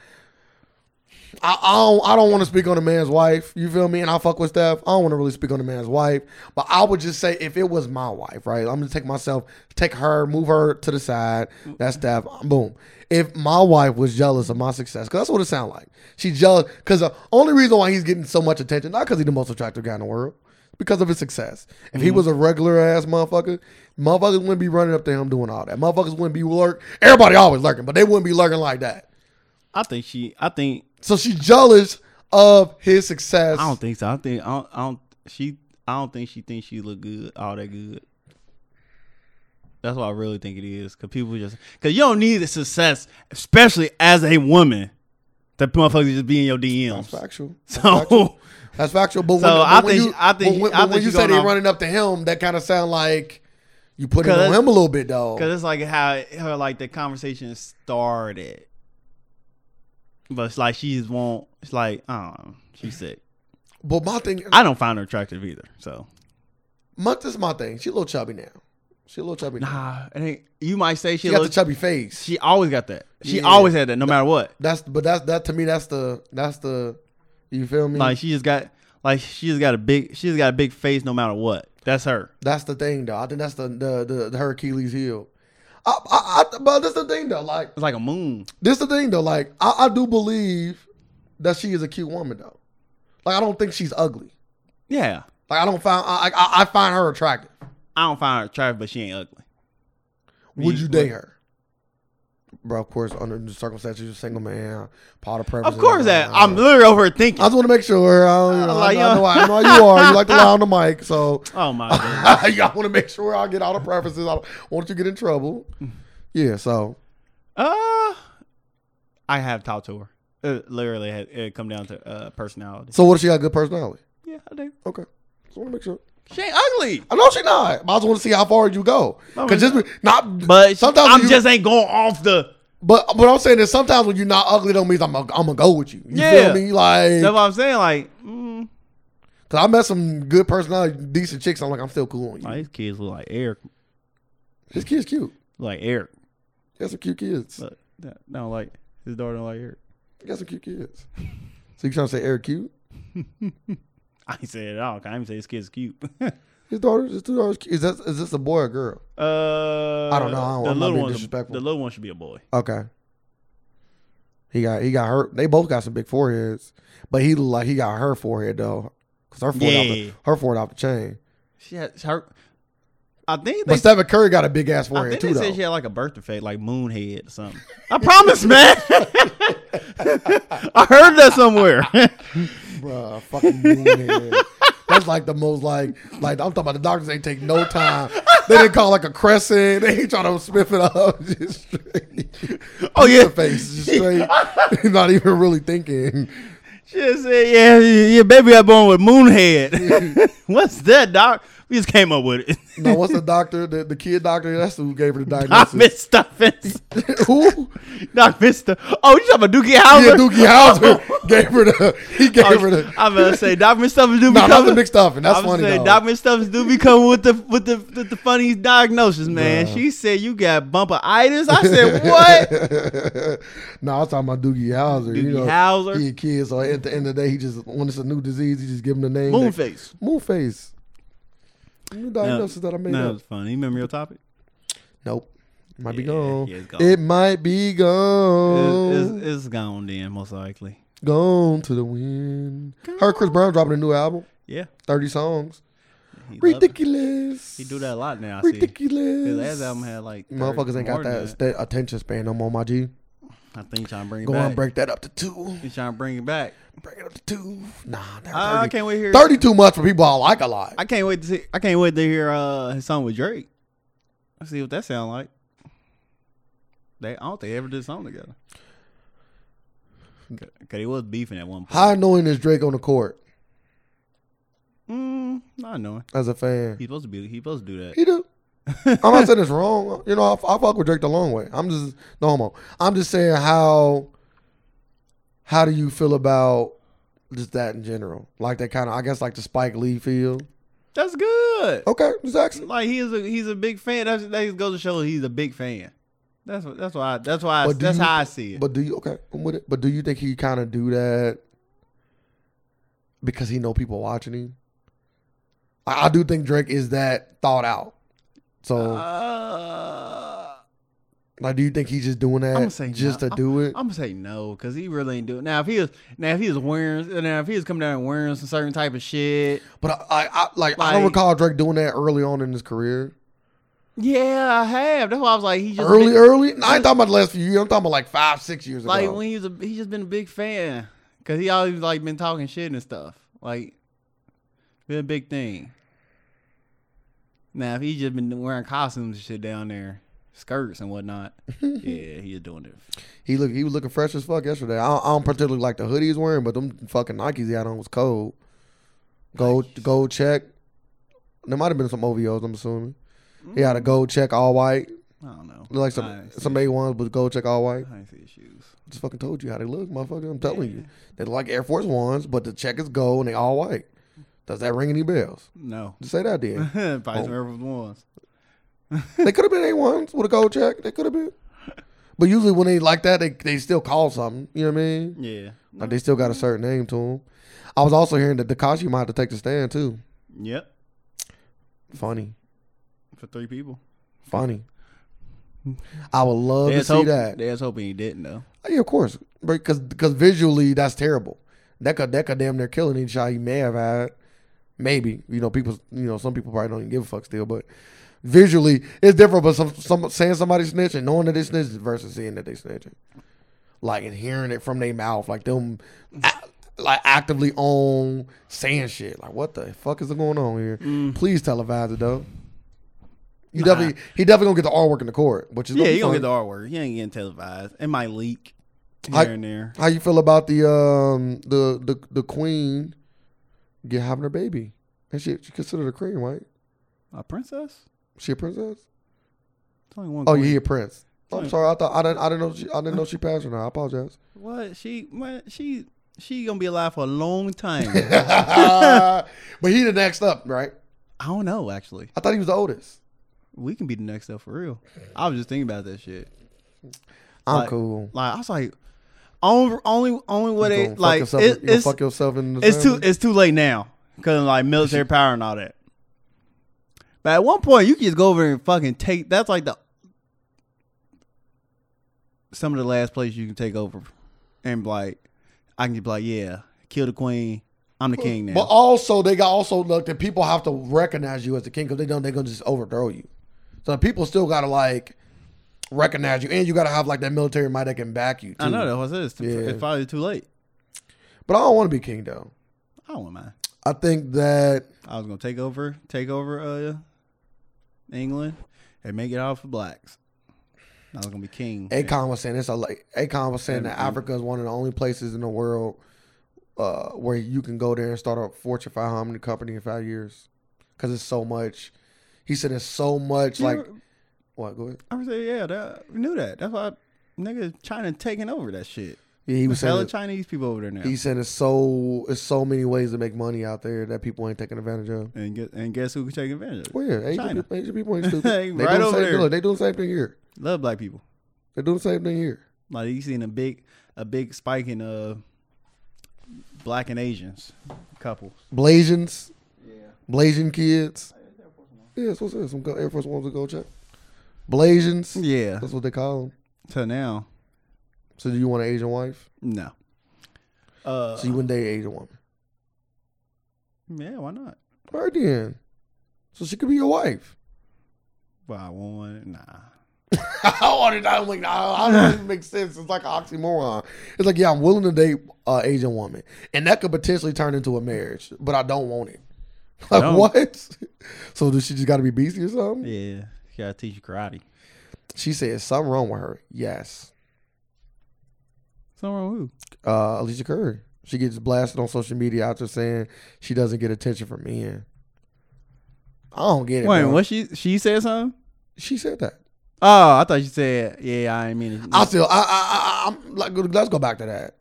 I, I don't. I don't want to speak on a man's wife. You feel me? And I fuck with Steph. I don't want to really speak on a man's wife, but I would just say if it was my wife, right? I'm gonna take myself, take her, move her to the side. That's Steph. Boom. If my wife was jealous of my success, because that's what it sounds like. She jealous because the only reason why he's getting so much attention, not because he's the most attractive guy in the world, because of his success. If he was a regular ass motherfucker, motherfuckers wouldn't be running up to him doing all that. Motherfuckers wouldn't be lurk. Everybody always lurking, but they wouldn't be lurking like that.
I think she. I think
So she's jealous of his success.
I don't think so. I think I don't. I don't she. I don't think she thinks she look good. All that good. That's what I really think it is. Cause people just cause you don't need the success, especially as a woman. That motherfuckers just be in your DMs.
That's factual. That's factual.
(laughs) So
That's factual. But when,
So
but
I
when
think-
you,
I think-
but when,
I
but when
think
you
you
say
going
they're
off-
running up to him, that kind of sound like you putting it
Cause-
on him a little bit, though.
because it's like how her like the conversation started, but it's like she just won't. It's like I don't know. She's sick.
But my thing,
I don't find her attractive either. So
my, this is my thing. She a little chubby now. She a little chubby. now.
nah, it ain't, you might say she
She got
looks.
the chubby face.
she always got that. She
Yeah.
always had that, no matter what.
that's but that's that to me. That's the that's the you feel me.
Like she just got like she just got a big she just got a big face no matter what. That's her.
That's the thing, though. I think that's the the the, the her Achilles heel. I, I, I, but that's the thing, though. Like
It's like a moon.
this the thing, though. Like I, I do believe that she is a cute woman, though. Like I don't think she's ugly.
Yeah.
Like I don't find I I, I find her attractive.
I don't find her attractive, but she ain't ugly.
Would
Me-
you date her? Bro, of course, under the circumstances, you're a single man, pot of preference.
Of course that
Uh,
I'm literally over here
I
thinking.
just want to make sure. I, don't, you know,
Like,
I, know, I,
yo.
know, I know how you are. You like to lie on the
(laughs)
mic, so (laughs)
Oh my god.
I want to make sure I get all the preferences. I don't want you to get in trouble. Yeah, so
Uh I have talked to her. It literally had it come down to uh personality.
so what if she got good personality?
yeah, I do.
Okay, just want to make sure.
She ain't ugly.
I know she not. But I just want to see how far you go.
No,
Cause
we-
just be- not.
But
sometimes
sometimes I'm
you-
just ain't going off the
But but I'm saying is sometimes when you're not ugly, don't mean I'm i I'm gonna go with you. You
Yeah.
feel me? Like
that's what I'm saying. Like, mm,
Cause I met some good personality, decent chicks. I'm like, I'm still cool on you.
oh, these kids look like Eric
This kid's cute.
like Eric.
He got some cute kids.
But no, no, like his daughter don't like Eric. (laughs)
He got some cute kids. So you trying to say Eric cute?
I ain't say it at all. 'cause I didn't say this kid's cute. (laughs) uh,
His daughter, his two daughters. Is that is this a boy or girl?
I
don't
Uh, the
know. I don't- I'm not
little
being
one's a-
disrespectful.
The little one should be a boy.
Okay. He got he got her. They both got some big foreheads, but he look like he got her forehead though, cause her forehead off
Yeah.
the, her forehead off the chain.
She had her. I think
But
they,
Stephen Curry got a big ass
I
forehead
think
too
they
though.
said she had like a birth defect, like moonhead or something. I
(laughs)
promise, man. (laughs) I heard that
(laughs)
somewhere. (laughs)
Bruh, fucking moonhead. That's like the most like like I'm talking about the doctors ain't take no time. They didn't call like a crescent. (laughs) They ain't trying to smith it up. (laughs) Just straight. (laughs)
oh yeah,
The face just straight. (laughs) Not even really thinking.
she just said, "Yeah, y- your baby got born with moonhead." (laughs) What's that, doc? We just came up with it. (laughs)
No, what's the doctor? The, the kid doctor. That's who gave her the
Doc
diagnosis.
Mister,
who?
(laughs) Doc Mister. Oh, you talking about Dookie Howard? Oh,
Yeah, Doogie Howser (laughs) gave her the. He gave her the.
I'm gonna say Doc McStuffins do be
No, not the
coming.
mixed up, and that's
I'm
funny
saying
though.
Doc McStuffins do be coming with the with the with the funniest diagnosis, man.
Bruh.
She said you got bumperitis. I said what?
(laughs) no, I was talking about Doogie Howser. you
Doogie
know,
Howser.
He a kid, so at the end of the day, he just when it's a new disease, he just give him the name. that-
Moonface.
Moonface. New diagnosis that I made
No,
up.
was funny. You remember your topic?
Nope. Might be
Yeah,
gone.
yeah, it's gone.
It might be gone.
It's, it's, it's gone then, most likely.
Gone to the wind. Heard Chris Brown dropping a new album,
Yeah.
thirty songs.
He love it.
Ridiculous.
He do that a lot now. I see.
Ridiculous.
His last album had like
Motherfuckers ain't got that sta- attention span no more, my G.
I think trying to bring it
Go on,
back.
break that up to two.
He's trying to bring it back.
Break it up to two. Nah,
Uh,
nah,
I
30.
can't wait to hear.
30 too much for people I like a lot.
I can't wait to see. I can't wait to hear uh, his song with Drake. Let's see what that sound like. They I don't think they ever did a song together. Cause 'cause he was beefing at one point.
How annoying is Drake on the court
Mm, not knowing.
as a fan?
He's supposed to be. He's supposed to do that.
He do. I'm not saying it's wrong. You know, I, I fuck with Drake the long way. I'm just no homo. I'm just saying how how do you feel about just that in general? Like that kind of I guess like the Spike Lee feel.
That's good.
Okay, just asking.
Like he is a he's a big fan. That's that goes to show he's a big fan. That's what that's why that's why I,
But do
that's
you-
how I see it.
But do you okay? I'm with it. But do you think he kind of do that because he know people watching him? I, I do think Drake is that thought out. So
uh,
like, do you think he's just doing
I'ma
that
say
just
no.
to do it?
I'm gonna say no because he really ain't doing. Now if he was now if he was wearing now if he was coming down and wearing some certain type of shit,
But I, I, I like, I don't
Like-
recall Drake doing that early on in his career.
yeah, I have. That's why I was like he just
Early,
been-
early. No, I ain't talking about the last few years. I'm talking about like five, six years
like
ago.
when he was a he just been a big fan because he always like been talking shit and stuff like been a big thing. Now if he just been wearing costumes and shit down there, skirts and
(laughs)
whatnot, yeah, he is doing it.
he look, he was looking fresh as fuck yesterday. I don't, I don't particularly like the hoodie he's wearing, but them fucking Nikes he had on was cold. Gold, gold check. There might have been some OVOs. I'm assuming. He had a
Mm.
gold check, all white.
I don't know.
Looked Like some
I ain't see
some A ones, but gold check, all white.
I ain't see his shoes.
Just fucking told you how they look, motherfucker. I'm telling you, they look like Air Force Ones, but the check is gold and they all white. Does that ring any bells?
No, (laughs)
Just say that then.
probably some
Oh.
Air Force Ones.
They could have been A ones with a gold check. They could have been. But usually when they like that, they they still call something. You know what I mean?
Yeah,
Like they still got a certain name to them. I was also hearing that Takashi might have to take the stand too.
yep,
Funny,
for three people.
funny. I would love to
There's
see
hope,
that.
There's hoping he didn't though.
Oh, Yeah, of course, because because visually that's terrible. That could that could damn near killing each shot he may have had. Maybe you know people you know some people probably don't even give a fuck still, but visually it's different. But some some saying somebody snitching, knowing that they snitched versus seeing that they snitching, like and hearing it from their mouth, like them a- like actively on saying shit. Like what the fuck is going on here?
Mm.
Please televise it though. You definitely he definitely gonna get the artwork in the court, which is
Yeah, you gonna
gonna be
get
fun.
the R word. He ain't getting televised. It might leak here
I-
and there.
How you feel about the um the the the queen get having her baby? And she she considered a queen, right?
A princess?
She a princess?
It's only one.
Oh,
queen.
yeah, prince. Oh, I'm
Queen.
sorry. I thought I didn't I didn't know she, I didn't know she passed or not. I apologize.
What? She? What? She? She gonna be alive for a long
(laughs)
time.
(laughs) but he the next up, right?
I don't know. Actually,
I thought he was the oldest.
we can be the next up for real. I was just thinking about that shit.
I'm
Like,
cool.
Like I was like, only only only what
You
they
gonna fuck
like.
yourself,
It,
you gonna
it's
fuck yourself in the
it's too
family?
it's too late now because like military power and all that. But at one point, you can just go over and fucking take. That's like the some of the last place you can take over, and be like I can just be like, yeah, kill the queen. I'm the king now.
But also, they got also look that people have to recognize you as the king because they don't. They're gonna just overthrow you. So the people still gotta like recognize you, and you gotta have like that military might that can back you. Too.
I know that was it. It's,
Yeah.
it's probably too late.
but I don't want to be king though.
I don't mind.
I think that
I was gonna take over, take over uh, England, and make it all for blacks. I was gonna be king.
Akon was saying this. I like Akon was saying that Africa is one of the only places in the world uh, where you can go there and start a Fortune 500 company in five years because it's so much. He said it's so much
You
like
ever-
what? Go ahead.
I was like, yeah, that, I knew that. That's why nigga China taking over that shit.
Yeah, he was saying
Hella
it-
Chinese people over there now.
He said it's so it's so many ways to make money out there that people ain't taking advantage of.
and guess, and guess who can take advantage of it?
Well, yeah, Asian
China.
people, Asian
(laughs)
people ain't stupid.
Right
they doing the
over
same,
there.
Look, they doing the same thing here.
Love black people.
They doing the same thing here.
Like you seen a big a big spike in uh black and Asians couples.
Blazins, Blazing kids. Oh, Yeah, that's what's it. Some go- Air Force Ones to go check. Blazins.
Yeah.
That's what they call them.
So now,
So do you want an Asian wife?
no. Uh,
So you wouldn't date an Asian woman.
yeah, why not?
All right then. So she could be your (laughs) wife.
But I won't want it. Nah.
I wanted that. I'm like, nah, I don't even make sense. It's like an oxymoron. It's like, yeah, I'm willing to date an Asian woman, and that could potentially turn into a marriage, but I don't want it. (laughs) Like
No.
what? (laughs) So does she just got to be beastie or something?
Yeah, she gotta teach you karate.
She said "Is something wrong with her. Yes,
Something wrong with you.
uh, Alicia Curry. She gets blasted on social media after saying she doesn't get attention from men. I don't get it.
Wait,
bro.
what she she said something?
She said that.
Oh, I thought you said yeah. I ain't mean it.
I still, I, I, I, I'm like, let's go back to that.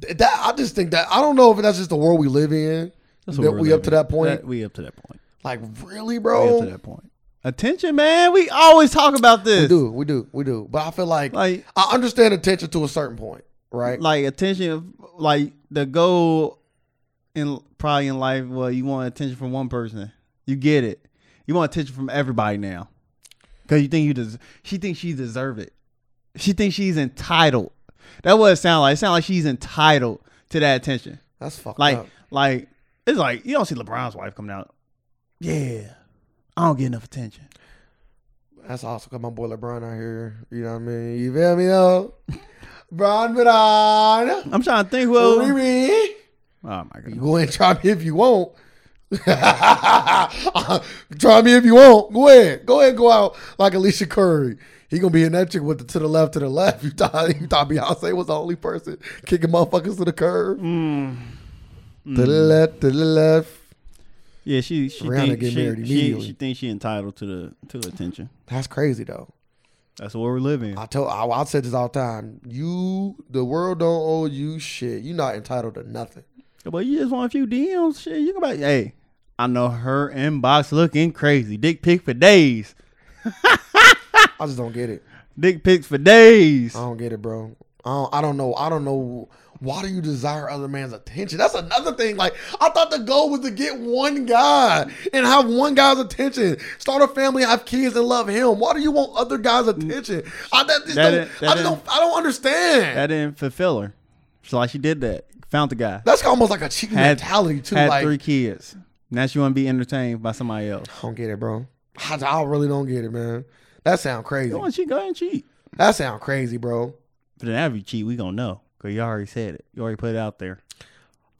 Th- That I just think that I don't know if that's just the world we live in.
That's
that
what we're
we up to
living.
that point?
we up to that point.
Like, really,
We up to
bro?
that point. Attention, man. We always talk about this.
We do, we do, we do. But I feel like,
Like
I understand attention to a certain point, right?
like attention of- like the goal in probably in life well you want attention from one person you get it you want attention from everybody now because you think you des- she thinks she deserve it she thinks she's entitled that what it sound like it sound like she's entitled to that attention
That's fucked
like
up.
like it's like you don't see lebron's wife coming out yeah i don't get enough attention
That's also got my boy LeBron out here. You know what I mean? You feel me though? (laughs) Bron Bron.
i'm trying to think well oh
Riri.
my god
Go ahead and try me if you want. (laughs) try me if you want. Go ahead. Go ahead. Go out like Alicia Curry. He gonna be in that chick with the to the left, to the left. (laughs) You thought you thought Beyonce was the only person kicking motherfuckers to the curb.
Mm.
To the left, to the left.
Yeah, she she
Rihanna
think,
get
she,
married
she,
immediately.
she thinks she entitled to the to attention.
That's crazy though.
That's where we're living.
I told I, I said this all the time. You the world don't owe you shit. You're not entitled to nothing.
But you just want a few DMs, shit. You can be like, hey, I know her inbox looking crazy. Dick pic for days.
I just don't get it.
Dick pics for days.
I don't get it, bro. I don't, I don't know. I don't know. Why do you desire other man's attention? That's another thing. Like I thought the goal was to get one guy and have one guy's attention, start a family, have kids, and love him. Why do you want other guys' attention? I that just
That
don't.
ain't- that
I just
ain't-
don't. I don't understand.
That didn't fulfill her. She's like she did that. Found the guy.
That's almost like a cheating
Had-
mentality too.
Had
like
three kids. Now she wanna be entertained by somebody
(laughs)
else.
I don't get it, bro. I, I really don't get it, man. That sound crazy.
You want to cheat? Go ahead and cheat.
That sound crazy, bro.
But then if you cheat, we gonna know. Cause you already said it. You already put it out there.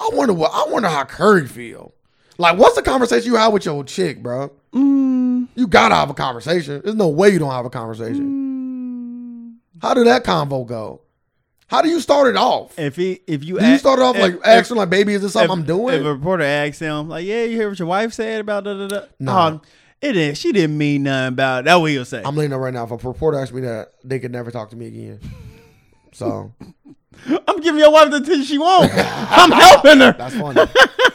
I wonder what I wonder how Curry feel. Like, what's the conversation you have with your chick, bro?
Mm,
You gotta have a conversation. There's no way you don't have a conversation.
mm.
How did that convo go? How do you start it off?
If he, if you,
Do you
ask-
start it off
if-
like
if-
asking, like, baby, is this something
if-
I'm doing?
If a reporter asks him, like, yeah, you hear what your wife said about da da da.
No.
Um, it didn't. She didn't mean nothing about it. That what he'll say.
I'm letting know right now. If a reporter asks me that, they could never talk to me again.
(laughs)
So
I'm giving your wife the attention she
(laughs)
wants. I'm helping her.
that's funny.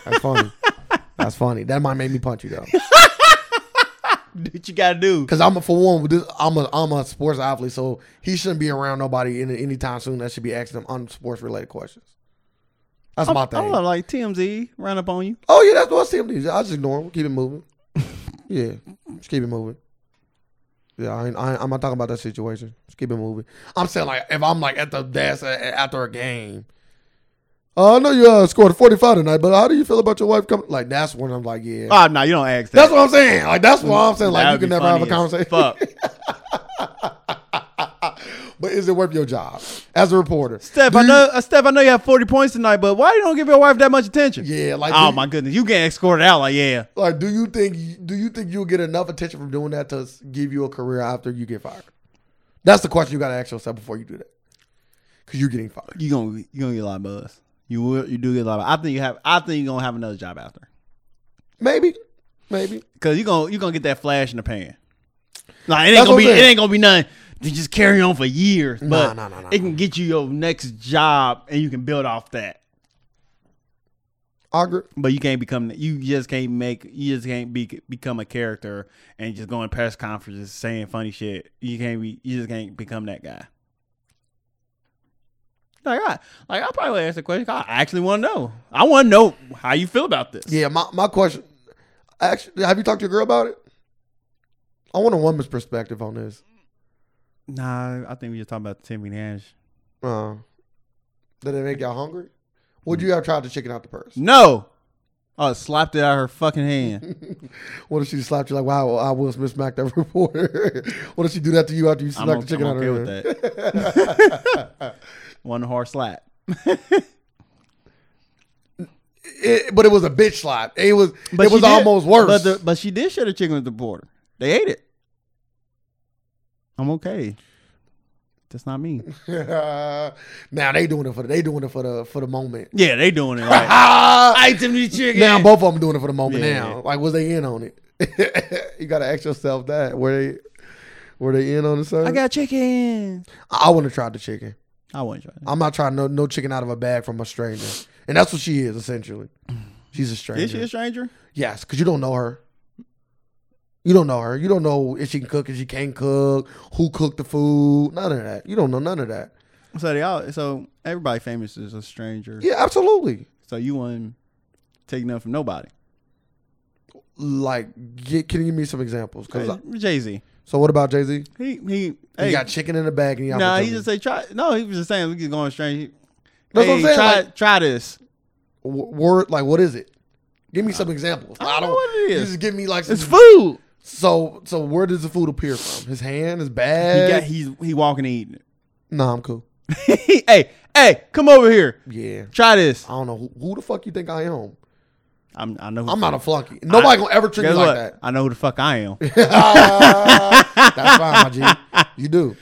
That's funny. That's funny. That might make me punch you though,
What you gotta do?
because I'm a, for one. with This, I'm a I'm a sports athlete, so he shouldn't be around nobody in anytime soon. That should be asking him unsports related questions. That's
I'm,
my
I'm
thing.
not like TMZ run up on you.
Oh yeah, that's what I see him do. I just ignore him. Keep
(laughs)
it moving. yeah, just keep it moving. Yeah, I, ain't- I, ain't- I'm not talking about that situation. Just keep it moving. I'm saying like if I'm like at the desk a- a- after a game. Uh, I know you uh, scored 45 tonight, but how do you feel about your wife coming? Like that's when I'm like, yeah,
Oh no, you don't ask that.
that's what I'm saying. Like that's what I'm saying. Like
That
you
would
can
be
never have a
funny as
conversation.
Fuck.
(laughs) But is it worth your job as a reporter?
Steph,
Do
I
you-
know, uh, Steph, I know you have 40 points tonight, but why you don't give your wife that much attention?
Yeah, like
oh
do-
my goodness, you get escorted out. Like yeah,
Like, do you think do you think you'll get enough attention from doing that to s- give you a career after you get fired? That's the question you got to ask yourself before you do that, because you're getting fired.
you gonna you gonna get a lot of buzz. You will, you do get a lot. Of, I think you have. I think you're gonna have another job after.
Maybe, maybe.
Cause you gonna you gonna get that flash in the pan. Like it ain't
That's
gonna
what
be
I'm
it
saying.
ain't gonna be nothing. You just carry on for years, but
nah, nah, nah,
it can get you your next job and you can build off that.
I agree.
But you can't become you just can't make you just can't be become a character and just going to press conferences saying funny shit. You can't be you just can't become that guy. Like I like I probably would ask the question. 'cause I actually want to know. I want to know how you feel about this.
Yeah, my my question. Actually, have you talked to your girl about it? I want a woman's perspective on this.
Nah, I think we just talking about Timmy Nash.
Uh, Did it make y'all hungry?
Mm.
Would you have tried to chicken out the purse?
No. Oh, slapped it out of her fucking
(laughs)
hand.
What if she slapped you like, wow, I will Smith smacked that (laughs) reporter? what if she do that to you after you
I'm,
smacked
o-
the chicken
I'm
out
okay
of her
with
hand?
that. (laughs) One hard slap.
It- but it was a bitch slap. It was
But
it
she
was
did-
almost worse.
But, the, but she did share the chicken with the porter. They ate it. I'm okay. That's not
(laughs)
me.
now they doing it for the, they doing it for the for the moment.
Yeah, they doing it
(laughs)
right.
Ah,
I ate (laughs) them the chicken.
now both of them doing it for the moment.
Yeah.
Now, like, was they in on it? (laughs) you gotta ask yourself that. Were they were they in on the service?
I
I, got-
got chicken.
I want to try the chicken.
I wouldn't try that.
I'm not trying no no chicken out of a bag from a stranger, and that's what she is essentially. She's a stranger.
Is she a stranger?
Yes, because you don't know her. You don't know her. You don't know if she can cook, if she can't cook, who cooked the food. None of that. You don't know none of that.
So they all. So everybody famous is a stranger.
Yeah, absolutely.
So you wouldn't take nothing from nobody.
Like, get, can you give me some examples? 'Cause I-
Jay Z.
so, what about Jay Z?
He he.
He
Hey,
got chicken in the bag, and he
nah,
offered
he
to
just
me.
say try. No, he was just saying we just going strange.
That's
hey,
what I'm saying,
try
like-
try this.
W- word like what is it? Give me some examples.
I don't know what it
you
is.
Just give me like some,
It's food.
so so. Where does the food appear from? His hand, his
He
bag.
got he's he walking and eating. (laughs)
nah, I'm cool.
it. hey hey, come over here.
Yeah,
Try this.
I don't know who, who the fuck you think I am.
I'm I know. Who
I'm not a flunky. Nobody gonna ever treat me
guess
like
what?
that.
I know who the fuck I
(laughs)
am.
That's fine, my G. You do.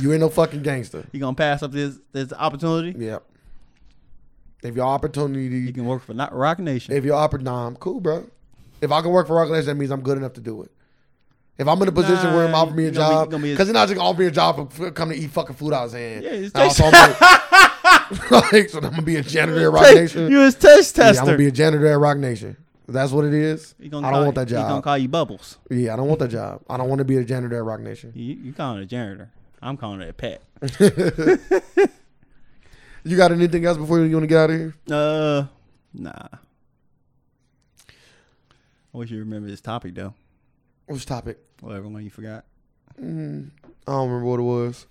You ain't no fucking gangster.
you gonna pass up this this opportunity?
Yep. If your
You
opportunity,
can work for not Rock Nation.
if your opportunity, nah, I'm cool, bro. If I can work for Rock Nation, that means I'm good enough to do it. If I'm in a position where I'm
Nah,
offering me a
you gonna be-
job,
gonna be a-
because they're not just gonna offer me a job for f- coming to eat fucking food out of his hand.
Yeah, it's
Nah,
taste-
so I'm gonna- like, (laughs) so I'm gonna be a janitor at Rock Nation.
you his test
Yeah, I'm
tester.
gonna be a janitor at Rock Nation. If That's what it is. I
He
don't
gonna call-
want that
He gonna
job.
call you Bubbles.
Yeah, I don't want that job. I don't want to be a janitor at Rock Nation.
You, you calling it a janitor. I'm calling it a pet.
You got anything else before you want to get out of here?
Uh, nah. I wish you remember this topic though.
Which topic?
Whatever one you forgot.
I don't remember what it was.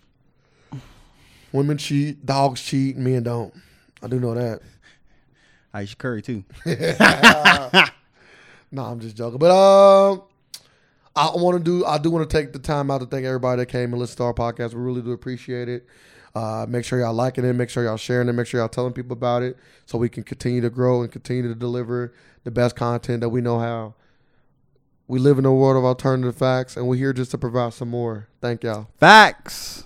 Women cheat, dogs cheat, men don't. I do know that.
Aisha Curry too.
No, I'm just joking. But um, I want to do. I do want to take the time out to thank everybody that came and listened to our podcast. We really do appreciate it. Uh, make sure y'all liking it. Make sure y'all sharing it. Make sure y'all telling people about it, so we can continue to grow and continue to deliver the best content that we know how. We live in a world of alternative facts, and we're here just to provide some more. Thank y'all.
Facts.